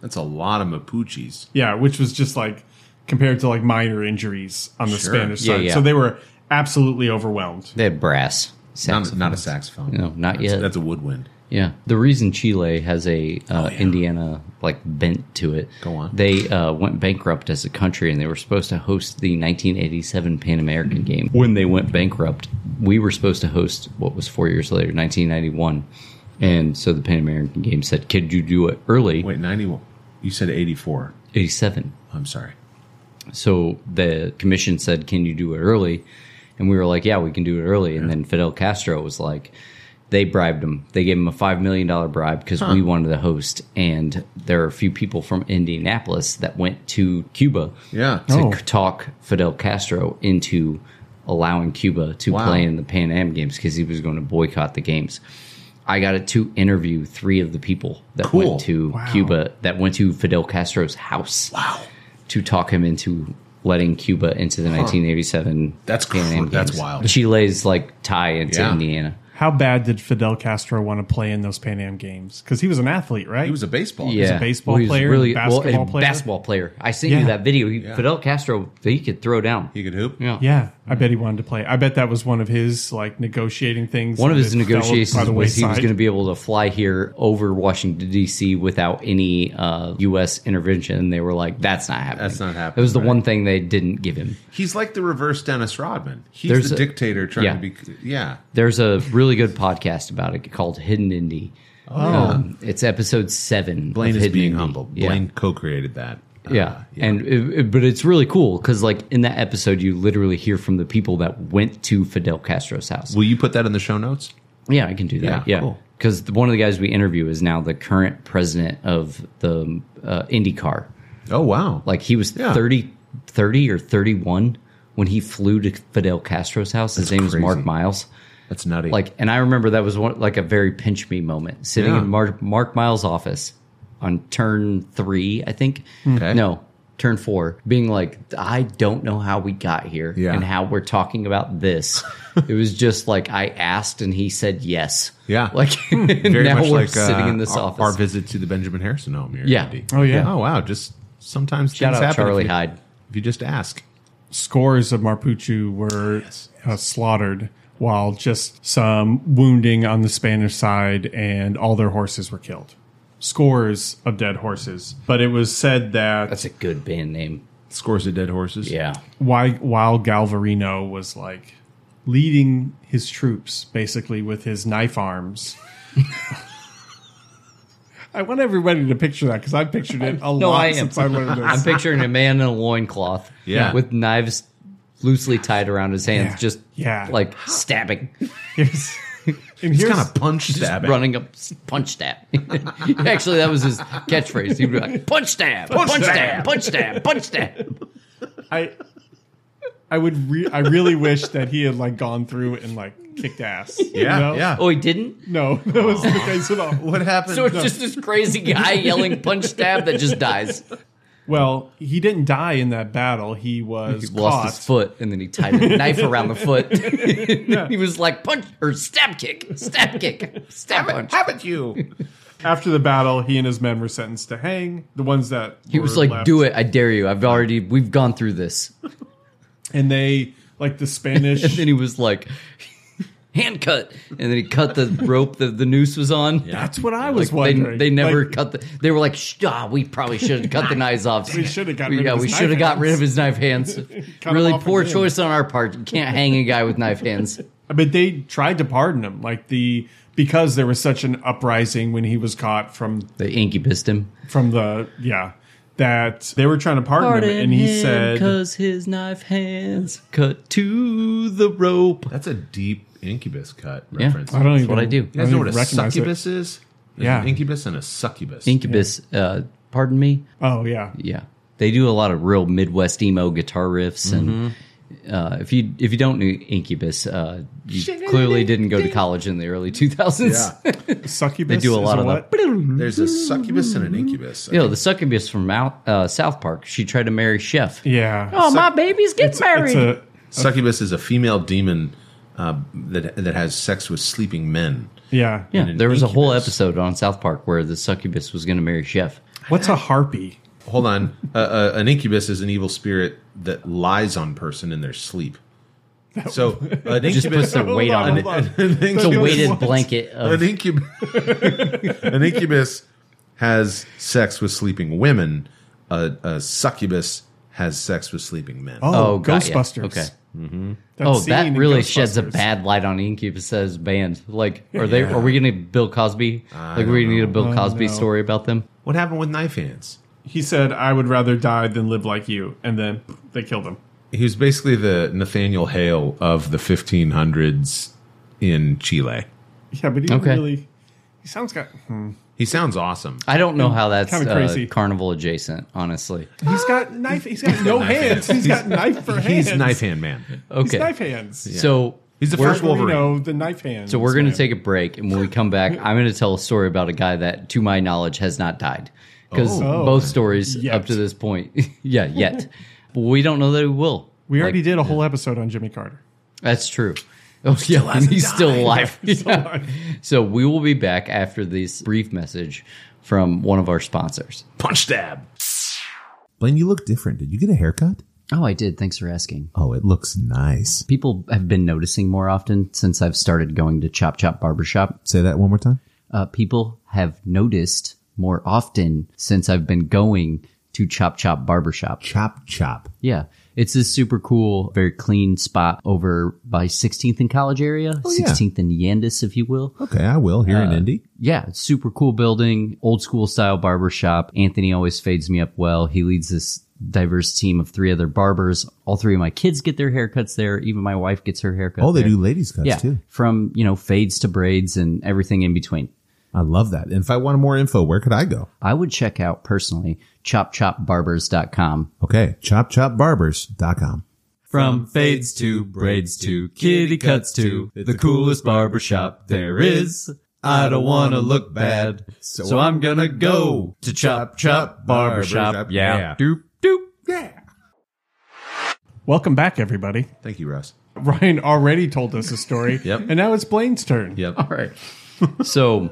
B: That's a lot of Mapuches.
C: Yeah, which was just like compared to like minor injuries on the
B: Sure.
C: Spanish
A: Yeah,
C: side.
A: yeah.
C: So they were absolutely overwhelmed.
A: They had brass.
B: Not,
A: saxophones.
B: not a saxophone.
A: No, not
B: That's-
A: yet.
B: That's a woodwind.
A: Yeah, the reason Chile has a uh, Indiana like bent to it.
B: Oh, Go on.
A: They uh, went bankrupt as a country, and they were supposed to host the 1987 Pan American game. When they went bankrupt, we were supposed to host what was four years later, 1991. And so the Pan American game said, "Could you do it early?"
B: Wait, 91. You said 84.
A: 87.
B: I'm sorry.
A: So the commission said, "Can you do it early?" And we were like, "Yeah, we can do it early." And then Fidel Castro was like, They bribed him. They gave him a $5 million bribe because we wanted to host. And there are a few people from Indianapolis that went to Cuba
B: Yeah.
A: to
C: Oh.
A: c- talk Fidel Castro into allowing Cuba to
B: Wow.
A: play in the Pan Am games because he was going to boycott the games. I got to interview three of the people that
B: Cool.
A: went to
C: Wow.
A: Cuba, that went to Fidel Castro's house. Wow. To talk him into letting Cuba into the 1987
B: That's
A: Pan Am
B: cr- that's
A: games.
B: wild.
A: Chile's like tie into
B: Yeah.
A: Indiana.
C: How bad did Fidel Castro want to play in those Pan Am games? Because he was an athlete, right?
B: He was Oh, a baseball.
A: Yeah,
B: guy.
C: baseball
A: he was
C: player and
A: really
C: basketball
A: well, and
C: player?
A: basketball player. I sent
C: Yeah.
A: you that video. He, Fidel Castro, he could throw down.
B: He could hoop.
A: yeah,
C: yeah, I
A: Mm-hmm.
C: bet he wanted to play. I bet that was one of his like negotiating things.
A: One of
C: that
A: his
C: fell by
A: negotiations
C: the
A: was he was
C: wayside.
A: going to be able to fly here over Washington D.C. without any uh, U.S. intervention. And they were like, "That's not happening.
B: That's not happening,
A: It was the
B: right.
A: one thing they didn't give him.
B: He's like the reverse Dennis Rodman. He's
A: There's
B: the
A: a-
B: dictator trying
A: yeah.
B: to be. Yeah.
A: There's a really good podcast about it called Hidden Indie. Oh, it's episode seven.
B: Blaine
A: of
B: is
A: Hidden
B: being
A: Indie.
B: humble.
A: Yeah.
B: Blaine co-created that. Uh,
A: yeah. and it, it- but it's really cool because like in that episode, you literally hear from the people that went to Fidel Castro's house.
B: will you put that in the show notes?
A: Yeah, I can do that.
B: Yeah,
A: Yeah.
B: cool.
A: Because one of the guys we interview is now the current president of the uh, IndyCar.
B: Oh wow!
A: Like he was
B: Yeah.
A: thirty, thirty 30, or 31 when he flew to Fidel Castro's house. His name
B: crazy.
A: was Mark Miles.
B: that's nutty.
A: Like, and I remember that was one, like a very pinch me moment sitting
B: Yeah.
A: in Mark, Mark Miles' office on turn three, I think.
B: Okay.
A: No, turn four, being like, I don't know how we got here
B: Yeah.
A: and how we're talking about this. it was just like I asked and he said yes.
B: Yeah. Hmm.
A: Like,
B: very
A: now
B: much
A: we're
B: like
A: sitting
B: uh,
A: in this
B: our,
A: office.
B: Our visit to the Benjamin Harrison home here. in
A: Yeah.
B: Indy.
C: Oh, yeah.
B: Oh wow! Just sometimes
A: Shout
B: things
A: out
B: happen
A: Charlie
B: if you,
A: Hyde.
B: If you just ask,
C: scores of Marpuchu were uh, slaughtered, while just some wounding on the Spanish side and all their horses were killed. Scores of dead horses, but it was said that
A: That's a good band name.
B: scores of dead horses.
A: Yeah.
C: why while Galvarino was like leading his troops basically with his knife arms. I want everybody to picture that because I've pictured it a
A: No,
C: lot
A: I am.
C: since I learned this.
A: I'm picturing a man in a loincloth
B: Yeah.
A: with knives loosely tied around his hands,
C: Yeah.
A: just
C: Yeah.
A: like stabbing,
C: Here's- and
B: He's
C: here's,
B: kind of punch stabbing.
A: running up, punch stab. Actually, that was his catchphrase. He'd be like, punch stab, punch,
B: stab.
A: stab. punch stab, punch stab.
C: I I would re- I really wish that he had like gone through and like kicked ass. you
B: Yeah,
C: know?
B: yeah.
A: Oh, he didn't?
C: No, that was the case at all.
B: What happened?
A: So it's
B: No.
A: just this crazy guy yelling punch stab that just dies.
C: Well, he didn't die in that battle. He was
A: He
C: caught.
A: lost his foot and then he tied a knife around the foot. he was like, punch or stab kick, stab kick, stab punch.
B: haven't you?
C: After the battle, he and his men were sentenced to hang. The ones that
A: He was like,
C: left.
A: do it. I dare you. I've already, we've gone through this.
C: and they like the Spanish.
A: And then he was like, hand cut. And then he cut the rope that the noose was on.
C: that's what I
A: Like,
C: was
A: they,
C: wondering.
A: they never
C: Like,
A: cut the. They were like, "Shh, ah, we probably should have cut the knives off.
C: We should have got
A: We-
C: rid of
A: yeah,
C: his
A: we
C: knife
A: should have got
C: hands.
A: rid of his knife hands.
C: him
A: really
C: off
A: poor
C: again.
A: choice on our part. You can't hang a guy with knife hands.
C: but they tried to pardon him, like the because there was such an uprising when he was caught from
A: They incubused him.
C: from the yeah that they were trying to pardon, him, and he said
A: "Cause his knife hands cut to the rope."
B: That's a deep incubus cut
A: Yeah.
B: reference.
C: I don't even.
A: what I do. You
B: You guys know what a
C: even recognize it.
B: succubus is? There's
C: Yeah.
B: an incubus and a succubus.
A: Incubus. Uh, pardon me.
C: Oh yeah,
A: Yeah, they do a lot of real Midwest emo guitar riffs, and uh, if you if you don't know Incubus, uh, you clearly didn't go to college in the early two thousands.
B: yeah,
C: succubus.
A: They do a lot
C: is
A: of
C: what?
B: there's a succubus and an incubus.
A: You know, the succubus from Mount, uh, South Park. She tried to marry Chef.
C: Yeah,
A: Oh, my babies get married.
C: it's a
B: Succubus is a female demon uh, that that has sex with sleeping men.
C: yeah.
A: yeah,
B: an
A: there was a whole
B: incubus.
A: episode on South Park where the succubus was going to marry Chef.
C: What's a harpy?
B: Hold on, uh, uh, an incubus is an evil spirit that lies on person in their sleep. So an
A: Just puts
B: incubus,
A: their weight
C: on,
A: on it.
C: hold on.
A: It's a weighted blanket
B: an
A: of
B: incubus, an incubus has sex with sleeping women. A, a succubus has sex with sleeping men.
C: Oh,
A: Oh, got ya.
C: Ghostbusters.
A: Okay.
C: That
A: Oh,
C: scene
A: that
C: in
A: really sheds a
C: Ghostbusters.
A: bad light on Incubus's band. Like, are they? Are we going to Bill Cosby? like, are we going to get a Bill Cosby
C: no.
A: story about them?
B: What happened with knife hands?
C: He said, "I would rather die than live like you," and then they killed him.
B: He was basically the Nathaniel Hale of the 1500s in Chile.
C: Yeah, but he
A: Okay.
C: really. He sounds got. hmm.
B: He sounds awesome.
A: I don't know how that's
C: Kinda
A: uh,
C: crazy.
A: carnival adjacent, honestly.
C: He's got knife. He's got no
B: got knife
C: hands. He's got knife for hands.
B: He's knife hand man.
A: Okay.
C: He's knife hands.
A: So
B: He's the
A: we're-
B: first Wolverine.
C: Wolverino, the knife hands.
A: So we're going
C: man.
A: to take a break, and when we come back, I'm going to tell a story about a guy that, to my knowledge, has not died. Because
C: Oh.
A: both stories
C: Yet.
A: up to this point, yeah, yet, but we don't know that he will.
C: We already
A: Like,
C: did a whole episode on Jimmy Carter.
A: That's true. Oh yeah, and he's still alive. Yeah.
C: alive.
A: So we will be back after this brief message from one of our sponsors.
B: Punch stab.
D: Blaine, you look different. Did you get a haircut?
A: Oh, I did. Thanks for asking.
D: Oh, it looks nice.
A: People have been noticing more often since I've started going to Chop Chop Barbershop.
D: Say that one more time.
A: uh, people have noticed more often since I've been going to Chop Chop Barbershop.
D: Chop, chop.
A: Yeah. It's this super cool, very clean spot over by 16th and College area,
D: Oh, yeah.
A: 16th and Yandis, if you will.
D: Okay, I will here
B: Uh,
D: in Indy.
A: Yeah, it's super cool building, old school style barbershop. Anthony always fades me up well. He leads this diverse team of three other barbers. All three of my kids get their haircuts there. Even my wife gets her haircut.
D: Oh, they
A: there.
D: do ladies' cuts
A: Yeah,
D: too.
A: from you know fades to braids and everything in between.
D: I love that. And if I wanted more info, where could I go?
A: I would check out personally chopchopbarbers.com.
D: Okay, chopchopbarbers.com.
E: From fades to braids to kitty cuts to the coolest barbershop there is. I don't want to look bad, so I'm gonna go to Chop Chop Barbershop.
B: Yeah.
E: Yeah. Doop, doop.
C: Welcome back, everybody.
B: Thank you, Russ.
C: Ryan already told us a story.
B: Yep.
C: And now it's Blaine's turn.
B: Yep.
A: All right. so,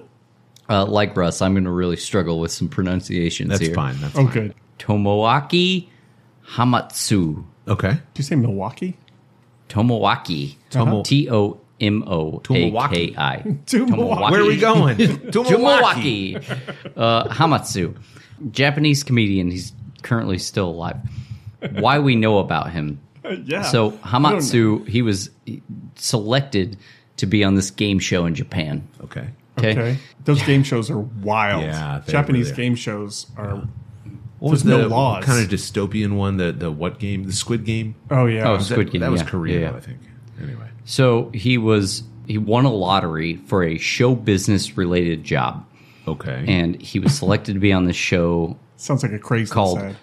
A: uh, like Russ, I'm going to really struggle with some pronunciations
B: That's
A: here.
B: fine. That's
C: Oh, good.
A: Tomoaki Hamatsu.
B: okay.
C: Did you say Milwaukee?
A: Tomoaki.
E: Uh-huh.
B: Tomo-
A: T O M O A K I.
C: Tomoaki.
B: Where are we going? to
A: Tomoaki. Uh, Hamatsu. Japanese comedian. He's currently still alive. Why we know about him.
B: Uh,
C: Yeah.
A: So Hamatsu, he was selected to be on this game show in Japan.
B: Okay.
A: Okay.
C: Okay. Those game shows are wild.
B: Yeah, they
C: Japanese
B: really are.
C: game shows are.
B: What was
C: There's
B: the
C: no laws.
B: kind of dystopian one? The the what game? The Squid Game.
C: Oh, yeah.
A: Oh, Squid
B: that,
A: Game,
B: That was
A: yeah.
B: Korea,
A: Yeah, yeah.
B: I think. Anyway.
A: So he was he won a lottery for a show business related job,
B: Okay.
A: and he was selected to be on the show
C: Sounds like a crazy
A: Called-
C: side.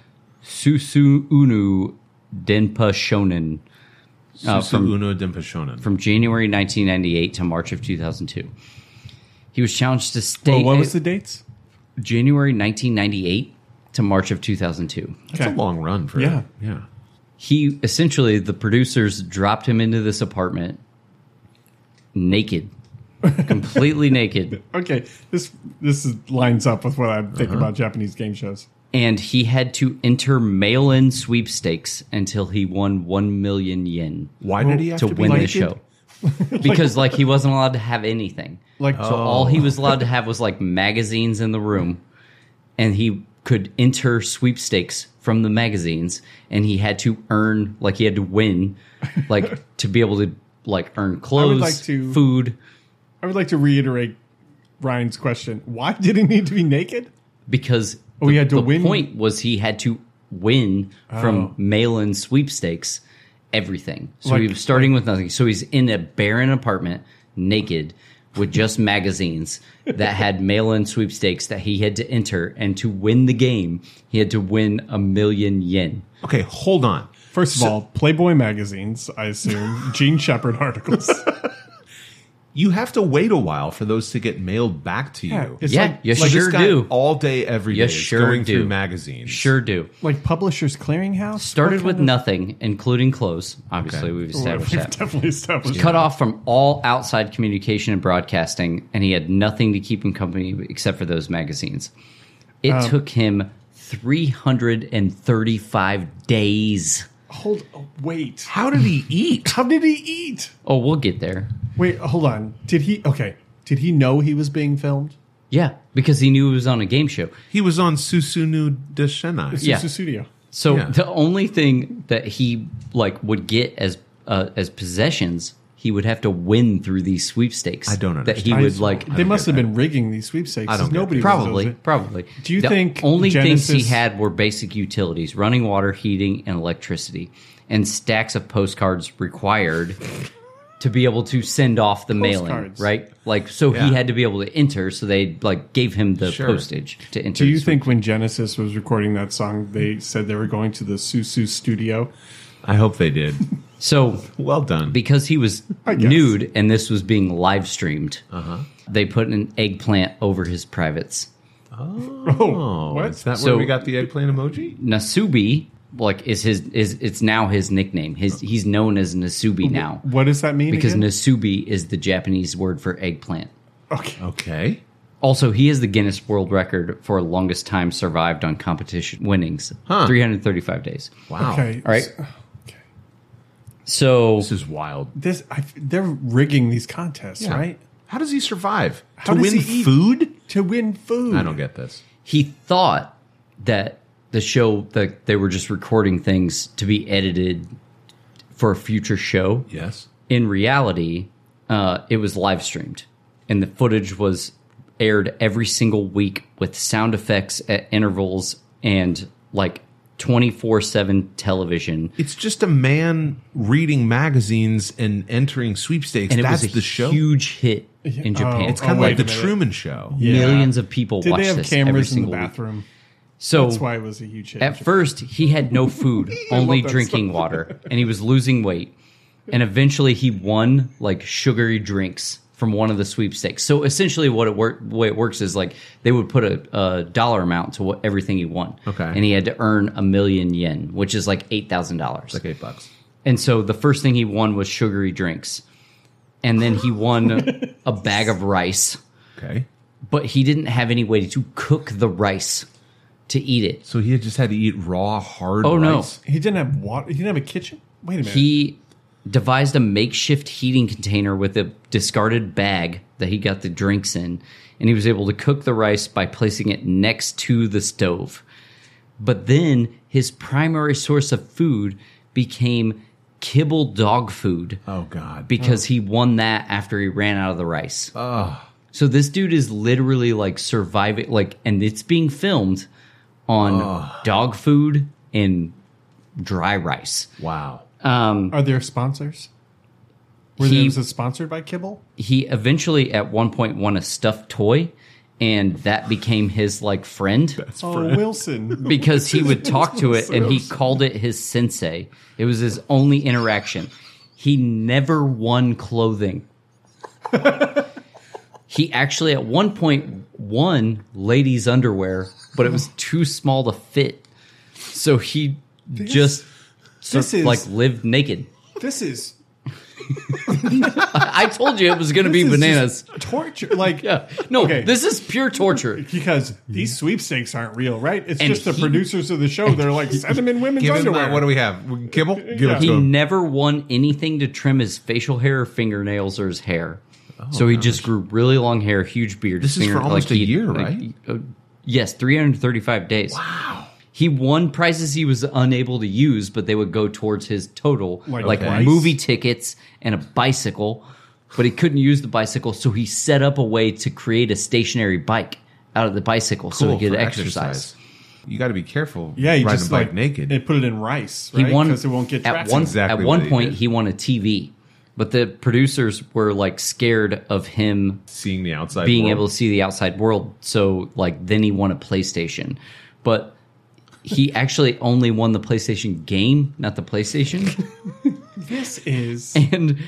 A: Susu Unu Denpa Shonen uh,
B: Susu
A: from-
B: Uno Denpashonen.
A: from January 1998 to March of 2002. He was challenged to stay
C: Well, Oh, what was the dates?
A: January 1998 to March of 2002.
B: That's a long run for
C: Yeah.
B: Yeah.
A: He essentially the producers dropped him into this apartment naked, completely naked.
C: Okay, this this is, lines up with what I think about Japanese game shows.
A: and he had to enter mail-in sweepstakes until he won 1 million yen
B: Why did he have
A: to
B: to, be
A: win the
B: naked?
A: show because like he wasn't allowed to have anything
C: Like
A: so
C: oh,
A: all he was allowed to have was like magazines in the room and he could enter sweepstakes from the magazines and he had to earn like he had to win like to be able to like earn clothes
C: like to-
A: food
C: I would like to reiterate Ryan's question: Why did he need to be naked?
A: because
C: Oh, he had to
A: the
C: win? Oh.
A: point was he had to win from mail-in sweepstakes everything. So he
C: Like-
A: was starting with nothing. So he's in a barren apartment, naked, with just magazines that had mail-in sweepstakes that he had to enter, and to win the game, he had to win a million yen.
B: Okay, hold on.
C: First of all, Playboy magazines, I assume, Gene Shepard articles.
B: You have to wait a while for those to get mailed back to you.
C: It's
A: yeah,
C: like,
A: you
B: Like,
A: sure
B: this guy
A: do.
B: all day every day
A: You
B: is
A: sure
B: going
A: do.
B: through magazines.
A: Sure do.
C: like Publishers Clearinghouse
A: Started
C: What
A: with
C: kind
A: nothing, including clothes. Obviously, we've
C: of-
A: established
C: We've
A: that.
C: definitely established.
A: cut off from all outside communication and broadcasting, and he had nothing to keep him company except for those magazines. It
B: Um,
A: took him 335 days.
C: Hold, oh, wait.
B: How did he eat?
C: How did he eat?
A: Oh, we'll get there.
C: Wait, hold on. Did he? Okay, did he know he was being filmed?
A: Yeah, because he knew it was on a game show.
B: He was on Susunu Deshenai.
A: Yeah.
C: Susu Studio.
A: So
B: Yeah.
A: the only thing that he like would get as uh, as possessions, he would have to win through these sweepstakes.
B: I don't
A: That he
B: understand.
A: would like
C: They must have been rigging these sweepstakes.
B: I don't
C: 'cause
B: get
C: Nobody
B: that.
C: was
A: Probably,
C: doing it.
A: probably.
C: Do you
A: the
C: think
A: only things
C: Genesis-
A: he had were basic utilities: running water, heating, and electricity, and stacks of postcards required to be able to send off the mailing,
C: Postcards.
A: right? Like, so
B: Yeah.
A: he had to be able to enter. So they like gave him the
B: Sure.
A: postage to enter.
C: Do you
A: his-
C: think when Genesis was recording that song, they said they were going to the Susu studio?
B: I hope they did.
A: so?
B: Well done.
A: Because he was
C: I guess. Uh-huh.
A: nude and this was being live streamed, they put an eggplant over his privates.
C: Oh,
B: oh,
C: what?
B: is that
A: So-
B: where we got the eggplant emoji?
A: Nasubi, like, is his is it's now his nickname. His he's known as Nasubi now
C: what does that mean?
A: because
C: again?
A: Nasubi is the Japanese word for eggplant.
C: okay.
B: Okay.
A: Also, he is the Guinness World Record for longest time survived on competition winnings,
B: Huh.
A: 335 days.
B: Wow.
C: Okay.
A: All right. So
B: This is wild.
C: This I, they're rigging these contests,
B: Yeah.
C: right?
B: How does he survive?
C: How
B: to
C: does
B: win
C: he eat?
B: food?
C: To win food.
B: I don't get this.
A: he thought that the show that they were just recording things to be edited for a future show.
B: Yes.
A: In reality, uh, it was live streamed, and the footage was aired every single week with sound effects at intervals and like twenty four seven television.
B: It's just a man reading magazines and entering sweepstakes.
A: And it
B: That's
A: was a
B: the show.
A: huge hit in Japan.
B: it's kind
C: Oh,
B: of like
C: wait
B: the
C: a minute.
B: Truman Show.
C: Yeah.
A: Millions of people
C: Did
A: watched
C: they have
A: this every
C: cameras in the
A: single week.
C: bathroom?
A: So
C: That's why it was a huge hit.
A: At first, he had no food, only
C: that
A: drinking water, and he was losing weight. And eventually, he won like sugary drinks from one of the sweepstakes. So essentially, what it work way it works is like they would put a, a dollar amount to what everything he won.
B: Okay.
A: and he had to earn a million yen, which is like eight thousand dollars.
B: Like eight bucks.
A: And so the first thing he won was sugary drinks, and then he won a bag of rice,
B: Okay.
A: but he didn't have any way to cook the rice to eat it.
B: So he had just had to eat raw, hard
A: Oh, no.
B: rice.
C: he didn't have water. He didn't have a kitchen. Wait a minute.
A: he devised a makeshift heating container with a discarded bag that he got the drinks in and he was able to cook the rice by placing it next to the stove but then his primary source of food became kibble dog food
B: Oh, God.
A: because he won that after he ran out of the rice so this dude is literally like surviving like and it's being filmed on dog food and dry rice
B: wow.
C: Are there sponsors? Were
A: He-
C: there, was it sponsored by Kibble?
A: he eventually at one point won a stuffed toy and that became his like friend
C: Oh, Wilson.
A: because he would talk to it and he called it his sensei it was his only interaction he never won clothing he actually at one point won ladies underwear but it was too small to fit so he just
C: this is-
A: like lived naked
C: this is
A: i told you it was going to
C: this
A: be
C: is
A: bananas
C: just torture. Like
A: yeah no
C: Okay.
A: this is pure torture
C: because these sweepstakes aren't real, right? It's
A: And
C: just the
A: he-
C: producers of the show. They're like, send them in women's
B: Give
A: uh,
B: him
C: underwear.
B: that. What do we have? Kibble? Give it
A: He
B: to him.
A: never won anything to trim his facial hair or fingernails or his hair. so he just grew really long hair, huge beard.
B: Oh, This is for almost a
A: he-
B: year,
A: like,
B: right?
A: uh, yes, 335 days. Wow. He won prizes he was unable to use, but they would go towards his total,
C: Like
A: like,
C: rice?
A: movie tickets and a bicycle. But he couldn't use the bicycle, so he set up a way to create a stationary bike out of the bicycle so
B: Cool
A: he could
B: for
A: exercise.
B: You got to be careful.
C: Yeah, he
B: riding
C: just
B: a bike
C: like
B: naked.
C: and put it in rice,
A: He
C: right?
A: won
C: Because it won't get
A: at
C: traction.
A: one
B: exactly
A: at
B: what
A: one
B: he
A: point.
B: did.
A: He, won a TV, but the producers were like scared of him
B: Seeing the outside
A: being
B: world.
A: able to see the outside world. So like then he won a PlayStation, but he actually only won the PlayStation game, not the PlayStation.
C: This is
A: and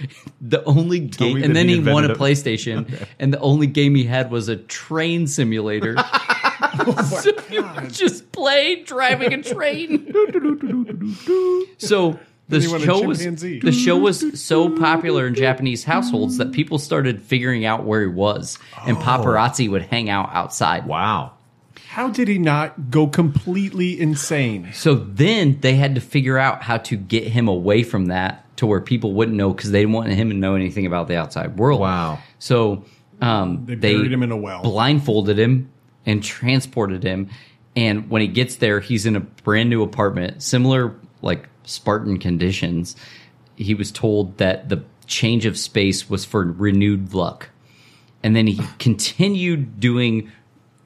A: the only game,
B: me
A: and
B: that
A: then
B: he
A: he, won a
B: invented it.
A: PlayStation, and the only game he had was a train simulator. so he would just played driving a train. so the
C: he won a
A: show was
C: chimpanzee.
A: the show was so popular in Japanese households that people started figuring out where he was, and paparazzi would hang out outside.
B: Wow.
C: how did he not go completely insane?
A: So then they had to figure out how to get him away from that to where people wouldn't know because they didn't want him to know anything about the outside world.
B: Wow.
A: So um, they
C: buried him in a well.
A: blindfolded him, and transported him. And when he gets there, he's in a brand new apartment, similar like Spartan conditions. He was told that the change of space was for renewed luck. And then he continued doing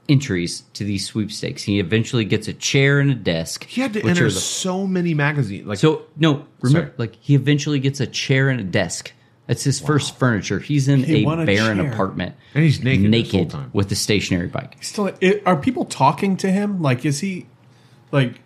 A: entries to these sweepstakes. He eventually gets a chair and a desk.
B: He had to
A: which are
B: enter
A: the
B: so many magazines. Like
A: so no, remember,
B: Sorry.
A: like he eventually gets a chair and a desk. That's his first furniture. He's in
C: He won
A: a
C: a
A: barren
C: chair.
A: apartment.
B: And he's naked this whole time.
A: with the stationary bike.
C: Still, it, are people talking to him? Like, is he like?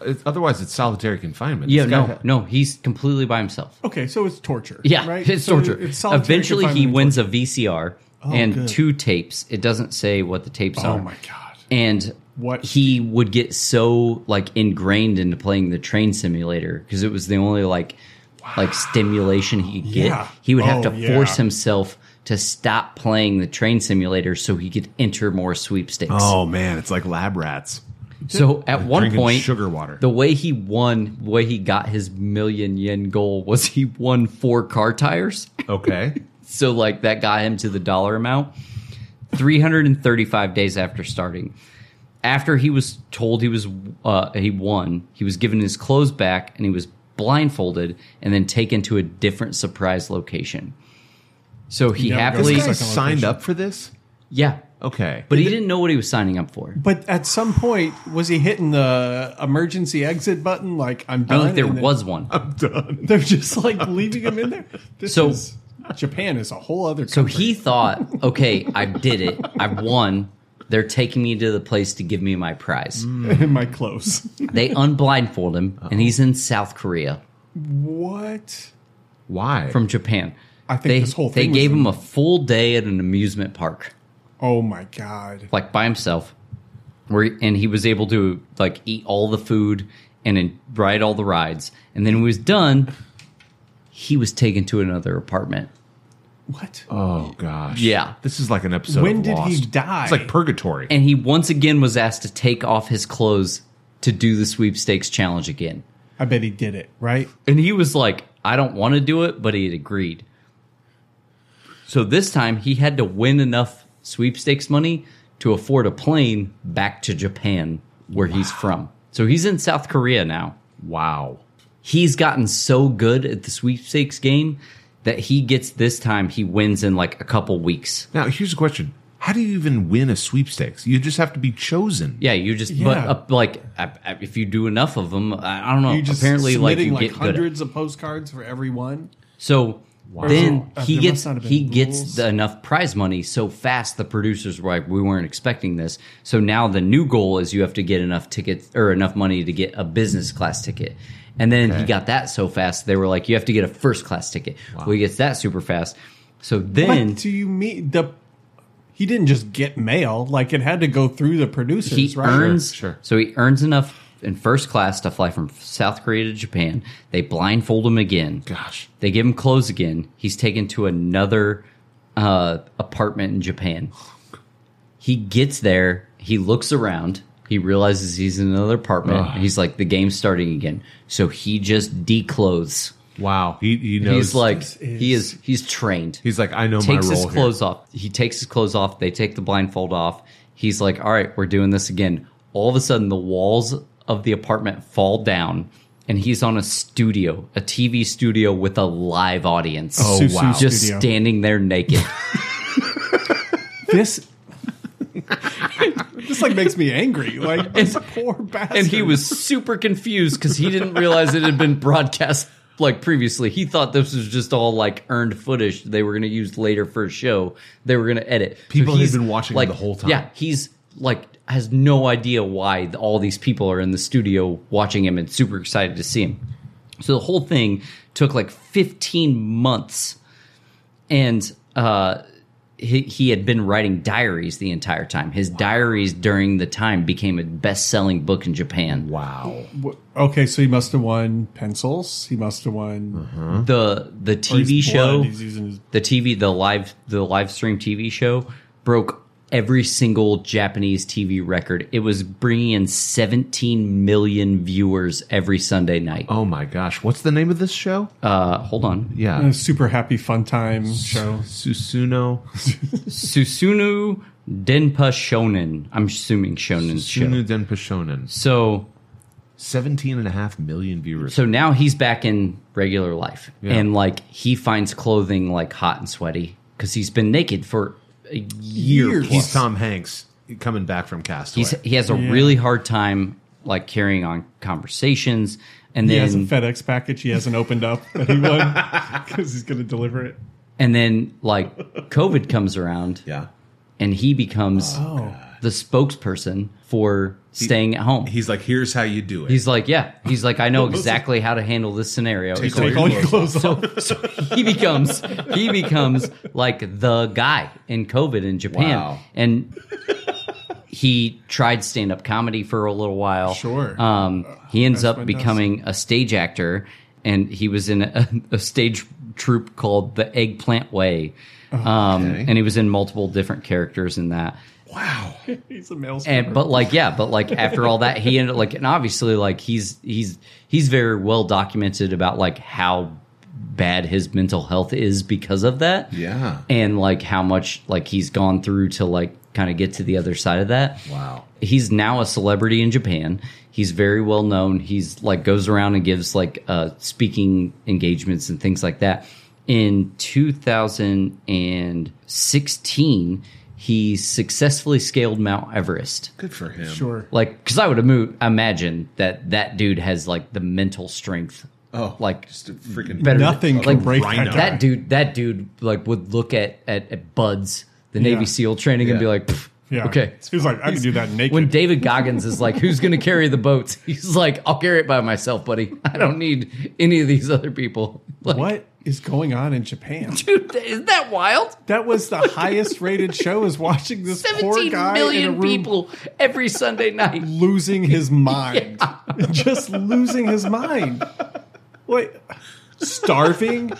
B: It's, otherwise, it's solitary confinement.
A: Yeah,
B: This guy
A: no,
B: had-
A: no, he's completely by himself.
C: Okay, so it's torture.
A: Yeah,
C: right?
A: it's
C: So
A: torture.
C: it's solitary
A: Eventually, he
C: confinement and
A: wins a VCR and
C: good.
A: two tapes. It doesn't say what the tapes
C: torture.
A: are.
C: Oh my god!
A: And
C: What-
A: he would get so like ingrained into playing the train simulator because it was the only like like stimulation he could get.
C: Yeah.
A: He would have
C: Oh,
A: to
C: yeah.
A: force himself to stop playing the train simulator so he could enter more sweepstakes.
B: Oh man, it's like lab rats.
A: So at one
B: drinking
A: point,
B: sugar water.
A: The way he won, the way he got his million yen goal was he won four car tires.
B: Okay.
A: So like that got him to the dollar amount. 335 days after starting. After he was told he was uh, he won, he was given his clothes back and he was blindfolded and then taken to a different surprise location. So he
C: never goes
A: happily
C: to Second
B: this guy
C: location.
B: signed up for this.
A: yeah,
B: Okay.
A: but he didn't know what he was signing up for.
C: But at some point, was he hitting the emergency exit button? Like I'm
A: I
C: done.
A: don't think there
C: and then
A: was one.
C: They're just like leaving him in there. This
A: So-
C: is Japan is a whole other.
A: So
C: Country.
A: he thought, okay, I did it. I won. They're taking me to the place to give me my prize.
C: Mm. my clothes.
A: They unblindfold him, and he's in South Korea
C: What?
B: Why?
A: from Japan.
C: I think
A: They,
C: this whole
A: they
C: thing.
A: gave
C: was
A: him a full day at an amusement park,
C: Oh my god!
A: like by himself, where and he was able to like eat all the food and then ride all the rides. And then when he was done, he was taken to another apartment.
C: What?
B: oh gosh.
A: Yeah.
B: This is like an episode.
C: When
B: of
C: did he
B: Lost.
C: die?
B: It's like purgatory.
A: And he once again was asked to take off his clothes to do the sweepstakes challenge again.
C: I bet he did it right.
A: And he was like, I don't want to do it, but he had agreed. So this time he had to win enough sweepstakes money to afford a plane back to Japan, where he's from. So he's in South Korea now.
B: wow.
A: He's gotten so good at the sweepstakes game that he gets this time, he wins in like a couple weeks.
B: Now here's a question: How do you even win a sweepstakes? You just have to be chosen.
A: Yeah, you just,
C: Yeah.
A: but uh, like, I, I, if you do enough of them, I, I don't know.
C: You just
A: apparently, like, you
C: submitting
A: get good. at-
C: hundreds of postcards for every one.
A: So
C: Wow.
A: then
C: Uh,
A: he
C: there
A: gets
C: must not have been
A: he gets
C: rules.
A: the enough prize money so fast the producers were like we weren't expecting this. So now the new goal is you have to get enough tickets or enough money to get a business class ticket. And then he got that so fast they were like you have to get a first class ticket. Well, he gets that super fast. So then
C: What do you mean? The he didn't just get mail; like it had to go through the producers.
A: he
C: right?
A: earns
B: Sure, sure.
A: so he earns enough in first class to fly from South Korea to Japan. They blindfold him again.
B: Gosh.
A: They give him clothes again. He's taken to another uh, apartment in Japan. He gets there. He looks around. He realizes he's in another apartment. He's like, the game's starting again. So he just declothes.
B: Wow. He he knows.
A: He's like,
C: this
A: he is, he's trained.
B: he's like I know my
A: takes
B: role.
A: his
B: here.
A: clothes off. He takes his clothes off. They take the blindfold off. He's like, all right, we're doing this again. All of a sudden, the walls of the apartment fall down, and he's on a studio, a TV studio with a live audience.
C: Oh, Susu wow.
A: Just
C: studio.
A: standing there naked.
C: this. this like makes me angry. Like this poor bastard.
A: and he was super confused because he didn't realize it had been broadcast like previously. He thought this was just all like earned footage they were going to use later for a show. They were going to edit. So
B: People had
A: he's,
B: been watching him the whole time.
A: Yeah, he's like has no idea why th- all these people are in the studio watching him and super excited to see him. So the whole thing took like 15 months and uh, he, he had been writing diaries the entire time. His diaries during the time became a best-selling book in Japan.
B: Wow.
C: okay. So he must have won pencils. He must have won
A: The the
C: or his
A: TV show,
C: blood. He's using his
A: the TV, the live the live stream TV show broke every single Japanese TV record. It was bringing in 17 million viewers every Sunday night.
B: Oh my gosh. What's the name of this show?
A: Uh, hold on,
B: yeah.
C: a super happy fun time show.
B: Susuno.
A: Susunu Denpa Shonen. I'm assuming Shonen show.
B: Susuno Denpashonen.
A: So
B: 17 and a half million viewers.
A: so now he's back in regular life and like he finds clothing like hot and sweaty because he's been naked for a year
C: Years.
A: plus.
B: He's Tom Hanks coming back from Castaway.
A: He's- he has a really hard time like carrying on conversations. And
C: He
A: then
C: has a FedEx package he hasn't opened up that he won because he's going to deliver it.
A: and then like COVID comes around
B: Yeah.
A: and he becomes the spokesperson for staying at home.
B: He's like, here's how you do it.
A: He's like, yeah. He's like, I know exactly how to handle this scenario.
B: Take
A: So
B: all
C: Take all your clothes off.
A: so he becomes he becomes like the guy in COVID in Japan,
B: Wow.
A: and he tried stand up comedy for a little while.
C: Sure.
A: um,
B: Uh,
A: he ends up
C: Best man does.
A: becoming a stage actor, and he was in a, a stage troupe called the Eggplant Way, um,
B: Okay.
A: and he was in multiple different characters in that.
B: wow.
C: He's a male. stripper.
A: And but like yeah, but like after all that, he ended like and obviously like he's he's he's very well documented about like how bad his mental health is because of that.
B: Yeah.
A: And like how much like he's gone through to like kind of get to the other side of that.
B: Wow.
A: He's now a celebrity in Japan. He's very well known. He's like goes around and gives like uh speaking engagements and things like that. In 2016, he successfully scaled Mount Everest
B: Good for him.
C: sure.
A: like because i would immo- imagine that that dude has like the mental strength
B: Oh,
A: like
B: just a freaking
A: better
C: Nothing can
A: like,
C: break
B: rhino.
C: that.
A: that dude that dude like would look at at, at buds the
C: Yeah.
A: navy seal training and be
B: Yeah.
A: like "Pff,
C: Yeah.
A: okay
C: He was like, I can do that naked.
A: when david goggins is like who's gonna carry the boats he's like i'll carry it by myself buddy i don't need any of these other people like
C: what is going on in Japan?
A: dude isn't that wild
C: That was the highest rated show. Is watching this poor
A: Seventeen
C: guy in a
A: million
C: room
A: people every sunday night
C: losing his mind, just losing his mind. Wait, starving?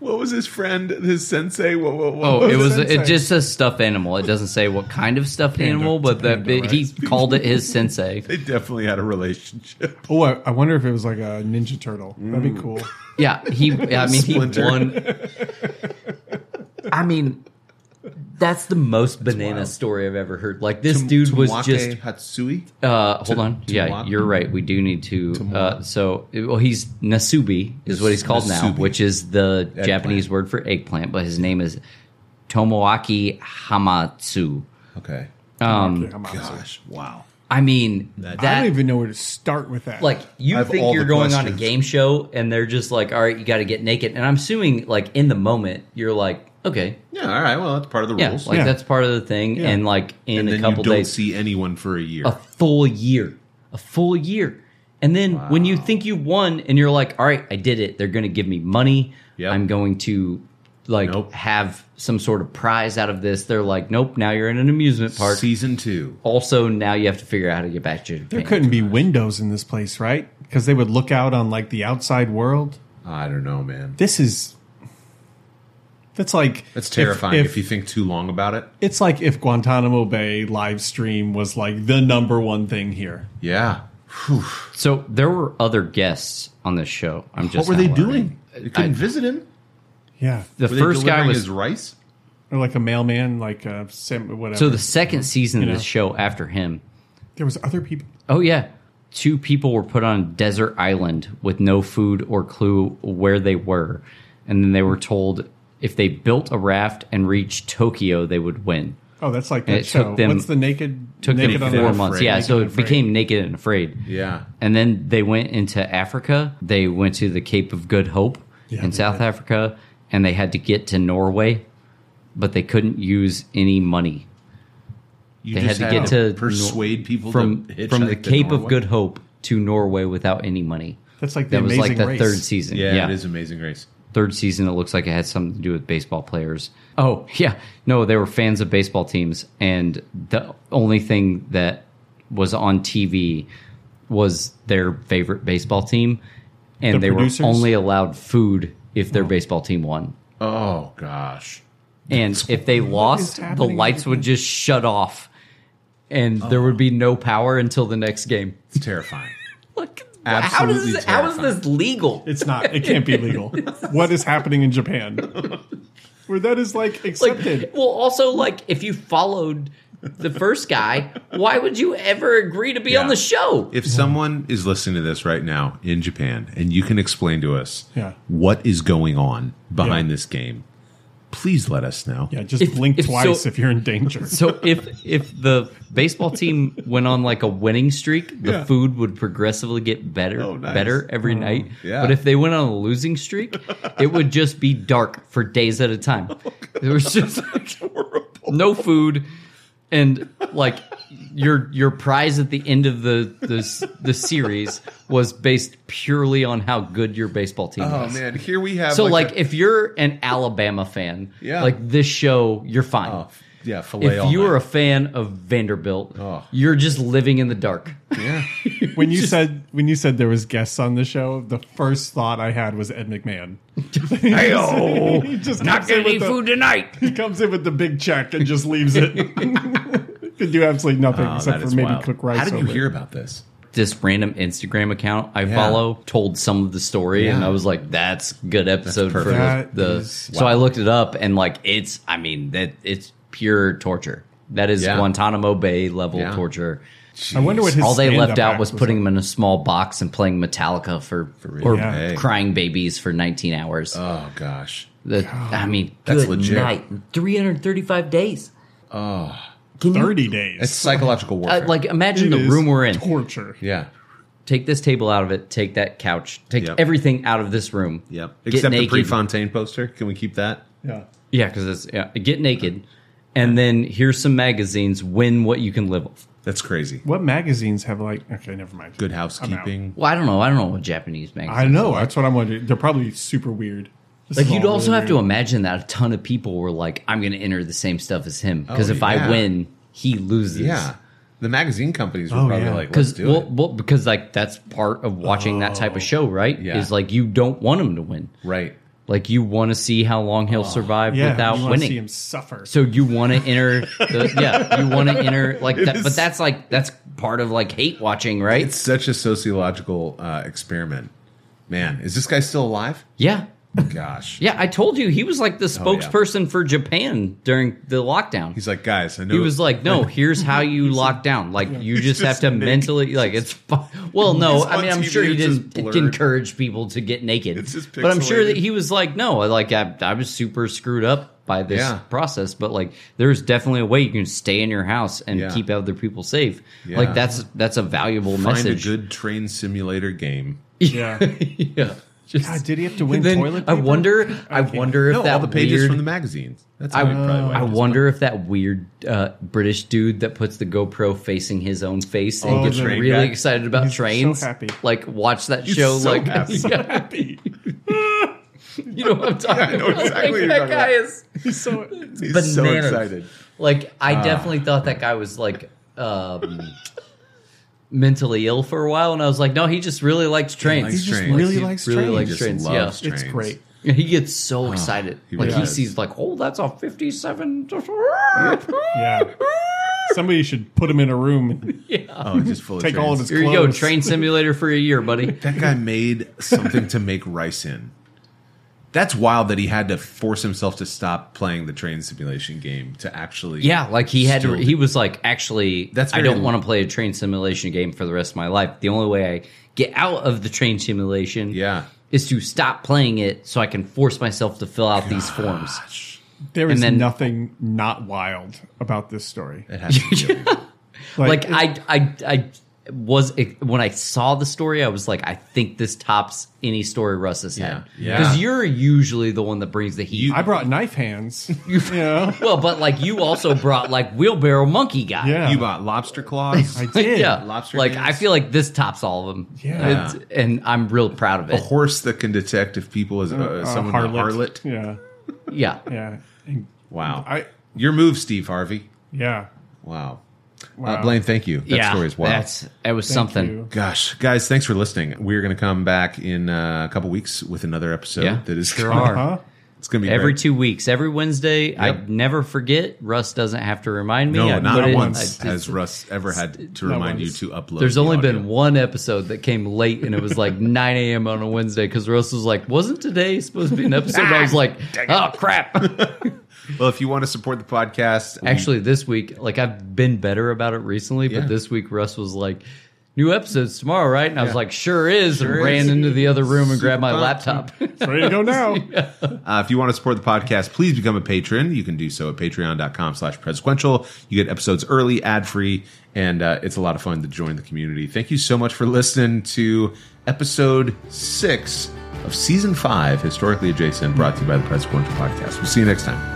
B: What was his friend, his sensei? What, what, what
A: Oh, it was
B: that?
A: it just says stuffed animal. It doesn't say what kind of stuffed animal, but that
C: panda,
A: he called it his sensei.
B: They definitely had a relationship.
C: Oh, I, I wonder if it was like a Ninja Turtle.
A: Mm.
C: That'd be cool.
A: Yeah, he. I mean, he
B: Splinter.
A: won. I mean, that's the most banana
B: wild.
A: story I've ever heard. Like this dude was
B: Tamwake
A: just.
B: Hatsui.
A: Uh, hold on.
B: Tamwa-
A: Yeah, you're right. We do need to. Uh, so, well, he's Nasubi is what he's called now,
B: Nasubi.
A: which is the Japanese word for eggplant, but his name is Tomoaki Hamatsu.
B: Okay.
C: Okay, I'm out.
B: Gosh, wow.
A: I mean, Um, that,
C: I don't even know where to start with that.
A: like you
B: I have all
A: think you're
B: the
A: going on a
B: questions.
A: game show and they're just like all right you got to get naked and i'm assuming like in the moment you're like okay
B: Yeah. All right. Well, that's part of the
A: yeah
B: rules.
A: like
C: Yeah.
A: that's part of the thing
C: Yeah.
A: and like in
B: and
A: a
B: then
A: couple
B: you don't
A: days
B: see anyone for a year.
A: a full year a full year and then when you think you won and you're like all right i did it they're going to give me money
B: Yep.
A: i'm going to like
B: Nope.
A: have some sort of prize out of this they're like nope now you're in an amusement park
B: Season two.
A: also now you have to figure out how to get back to
C: there
A: Japan.
C: couldn't be windows in this place, right? Because they would look out on like the outside world.
B: I don't know, man.
C: This is. That's like
B: That's terrifying if,
C: if-
B: you think too long about it.
C: It's like if Guantanamo Bay live stream was like the number one thing here.
B: Yeah.
A: so there were other guests on this show i'm just
B: What were
A: not
B: they
A: learning.
B: doing? You couldn't visit him.
C: Yeah.
A: The
B: Were
A: first
B: they
A: guy
B: delivering
A: was
B: his rice.
C: Or like a mailman, like a sim, whatever.
A: so the second season
C: You
A: of
C: know.
A: this show after him.
C: there was other people.
A: Oh yeah, two people were put on a desert island with no food or clue where they were, and then they were told if they built a raft and reached Tokyo, they would win.
C: Oh, that's like
A: And
C: that
A: it took
C: show.
A: them-
C: What's the naked?
A: Took
C: naked
A: them
C: the
A: four
C: Raft?
A: months.
B: Afraid.
A: Yeah, so
C: Naked
A: it
C: and Afraid.
A: became Naked and Afraid.
B: Yeah.
A: And then they went into Africa. They went to the Cape of Good Hope in
C: they
A: South Africa, and they had to get to Norway, but they couldn't use any money.
B: You
A: They had to get to
B: persuade people
A: from
B: to
A: from
B: hitchhike
A: the
B: to
A: Cape of
B: Norway.
A: Good Hope to Norway without any money.
C: That's like the
A: That was
C: amazing
A: like the
C: race.
A: third season.
B: Yeah,
A: Yeah,
B: it is amazing race.
A: third season. It looks like it had something to do with baseball players. Oh yeah, no, they were fans of baseball teams, and the only thing that was on TV was their favorite baseball team, and
C: The
A: they
C: producers?
A: were only allowed food if their baseball team won.
B: Oh gosh.
A: And if they lost, the
C: happening in
A: lights would just shut off, and there would be no power until the next game.
B: It's terrifying.
A: Look, how
B: Absolutely
A: does this, how is
B: terrifying.
A: this legal?
C: It's not. It can't be legal. what is happening in Japan? Where that is like
A: Like,
C: accepted.
A: well, also, like, if you followed the first guy, why would you ever agree to be on
B: Yeah.
A: the show?
B: If someone is listening to this right now in Japan and you can explain to us
C: Yeah.
B: what is going on behind
C: Yeah.
B: this game, please let us know.
C: Yeah, just
A: If-
C: blink
A: if so-
C: twice if you're in danger.
A: So if if the baseball team went on like a winning streak, the food would progressively get better,
B: Oh, nice.
A: better every night.
B: yeah.
A: But if they went on a losing streak, it would just be dark for days at a time.
B: Oh,
A: there was just no food, and like your your prize at the end of the the s- the series was based purely on how good your baseball team
B: Oh
A: was.
B: man, here we have.
A: So like,
B: a-
A: if you're an Alabama fan,
B: Yeah.
A: like this show, you're fine
B: oh, yeah, fillet.
A: if you
B: are
A: are a fan of Vanderbilt,
B: Oh.
A: you're just living in the dark.
B: yeah.
C: when you said when you said there was guests on the show, the first thought I had was Ed McMahon. he just comes in with the,
A: tonight.
C: He comes in with the big check and just leaves it. Could do absolutely nothing
B: Oh,
C: except
B: that
C: for
B: is
C: maybe
B: wild.
C: cook rice.
B: How did you
C: over it.
B: hear about this?
A: This random Instagram account I follow told some of the story, and
B: Yeah.
A: I was like, "That's good episode for the."
C: perfect.
A: the
C: That is-
A: so I looked it up, and like, it's I mean that it's pure torture. That is
B: Yeah.
A: Guantanamo Bay level
B: Yeah.
A: torture.
C: I wonder what his
A: All they
C: stand-up
A: left out
C: act
A: was putting them in a small box and playing Metallica for, or
C: Yeah.
B: Hey.
A: crying babies for 19 hours.
B: Oh gosh.
A: The, I mean,
B: That's
A: good
B: legit.
A: night. 335 days. Oh, Can you,
C: thirty
B: It's
C: days.
B: psychological
A: uh,
B: warfare.
A: like, imagine
C: It
A: the
C: is
A: room we're in.
C: Torture.
B: yeah.
A: Take this table out of it. Take that couch. Take
B: Yep.
A: everything out of this room.
B: Yep.
A: Get
B: Except the
A: naked.
B: Prefontaine poster. Can we keep that?
C: Yeah.
A: Yeah, because it's yeah, get naked, and then here's some magazines. Win what you can live off.
B: That's crazy.
C: What magazines have like? Okay, never mind.
B: Good
C: I'm
B: housekeeping.
A: Well, I don't know. I don't know what Japanese magazines.
C: I know. That's what I'm wondering. They're probably super weird. This
A: Like
C: is
A: you'd
C: all
A: also
C: really
A: have to
C: weird.
A: imagine that a ton of people were like, "I'm going to enter the same stuff as him because
B: Oh,
A: if
B: yeah.
A: I win, he loses."
B: Yeah. The magazine companies were
C: Oh,
B: probably
C: yeah.
B: like, let's
A: because
B: do
A: well,
B: it.
A: well, because like that's part of watching that type of show, right?
B: Yeah.
A: Is like you don't want him to win.
B: Right.
A: Like you want to see how long he'll survive
C: yeah,
A: without
C: you wanna
A: winning.
C: See him suffer.
A: So you want to enter, the, yeah, you want to enter like that.
B: is-
A: But that's like that's part of like hate watching, right?
B: It's such a sociological uh, experiment. Man, is this guy still alive?
A: yeah,
B: Gosh.
A: yeah. I told you he was like the
B: Oh,
A: spokesperson for Japan during the lockdown.
B: He's like, guys, I know.
A: he was like, "No, here's how you lock down. Like you just, have
B: just
A: to
B: naked.
A: mentally like it's fu- well, no,
B: He's
A: I
B: on
A: mean, I'm
B: TV,
A: sure he
B: it's
A: didn't
B: just blurred.
A: encourage people to get naked,
B: It's just
A: but I'm sure that
B: pixelated.
A: he was like, no, like I, I was super screwed up by this
B: Yeah.
A: process, but like there's definitely a way you can stay in your house and
B: Yeah.
A: keep other people safe.
B: Yeah.
A: Like that's that's a valuable
B: find
A: message.
B: a good train simulator game.
C: yeah.
A: yeah. Just,
C: God, did he have to win
A: then
C: toilet paper?
A: I wonder. I wonder if
B: No,
A: that
B: all the pages
A: weird,
B: from the magazines. That's
A: I,
B: how we
C: Oh.
B: probably
A: I
B: went.
A: wonder if that weird uh, British dude that puts the GoPro facing his own face and
C: Oh,
A: gets
C: the
A: really
B: train guy.
A: excited about
C: He's so
A: trains,
C: happy.
A: like watch that show,
B: so
A: like
B: happy.
A: Yeah,
C: happy.
A: you know what I'm talking
B: know
A: about.
B: exactly what
A: like,
B: you're
A: that
B: talking
A: guy
B: about.
A: is
C: He's so
B: He's so
A: bananas.
B: excited.
A: like
C: Ah.
A: I definitely thought that guy was like um, mentally ill for a while, and I was like, no, he just really likes trains.
B: likes
C: He just
B: trains.
C: really
B: He
C: likes
A: really
C: trains.
A: likes
B: Just
A: trains,
B: loves
A: yeah.
C: It's
B: trains.
C: great.
A: Yeah, He gets so excited.
B: he
A: like
B: really
A: he
B: does.
A: sees like, oh, that's a fifty-seven.
C: Yeah. Somebody should put him in a room and
B: Oh, just full
C: take
B: of trains.
C: all of his
A: Here you
C: clothes.
A: go, train simulator for a year, buddy.
B: That guy made something to make rice in. That's wild that he had to force himself to stop playing the train simulation game to actually.
A: Yeah, like he had to.
B: Still-
A: He was like, actually,
B: That's
A: I
B: very-
A: don't want to play a train simulation game for the rest of my life. The only way I get out of the train simulation,
B: Yeah.
A: is to stop playing it so I can force myself to fill out these forms.
C: There is
A: And then-
C: nothing not wild about this story.
B: It has to be different.
A: Like
C: it-
A: I, I, I was when I saw the story, I was like, I think this tops any story Russ has had.
B: Yeah.
A: because you're usually the one that brings the heat.
B: You-
C: I brought knife hands. you know?
A: well, but like you also brought like wheelbarrow monkey guy.
C: Yeah.
B: You bought lobster claws.
C: I did.
A: yeah,
B: Lobster
A: like
B: hands.
A: I feel like this tops all of them.
C: Yeah.
A: It's- and I'm real proud of
B: a
A: it.
B: horse that can detect if people is uh,
C: Uh,
B: someone harlot. harlot.
C: Yeah.
B: Oh.
A: Yeah,
C: Yeah. And
B: Wow.
C: I
B: Your move, Steve Harvey.
C: yeah.
B: Wow.
C: Wow.
B: Uh, Blaine, thank you. That
A: yeah.
B: story is wild.
A: That's that was
C: Thank
A: something.
C: you.
B: Gosh, guys, thanks for listening. We're going to come back in uh, a couple weeks with another episode
A: Yeah,
B: that is
A: sure
B: gonna-
A: are.
C: Huh?
B: It's going to be
A: Every
B: great.
A: two weeks, every Wednesday, I
B: Yep.
A: never forget. Russ doesn't have to remind me.
B: No,
A: I put
B: not
A: it- I
B: once
A: just-
B: has Russ ever had to remind you
C: once.
B: to upload.
A: There's
B: the
A: only
B: audio.
A: been one episode that came late, and it was like 9 a.m. on a Wednesday because Russ was like, "Wasn't today supposed to be an episode?" And I was like, "Oh crap!"
B: Well, if you want to support the podcast, we-
A: Actually, this week, like I've been better about it recently,
B: Yeah.
A: but this week Russ was like, new episodes tomorrow, right? And I was like, sure is. and ran into the other room and grabbed my laptop.
C: It's ready to go now.
B: Uh, if you want to support the podcast, please become a patron. You can do so at patreon.com slash presequential. You get episodes early, ad-free, and uh, it's a lot of fun to join the community. Thank you so much for listening to episode six of season five, Historically Adjacent, brought to you by the Presequential Podcast. We'll see you next time.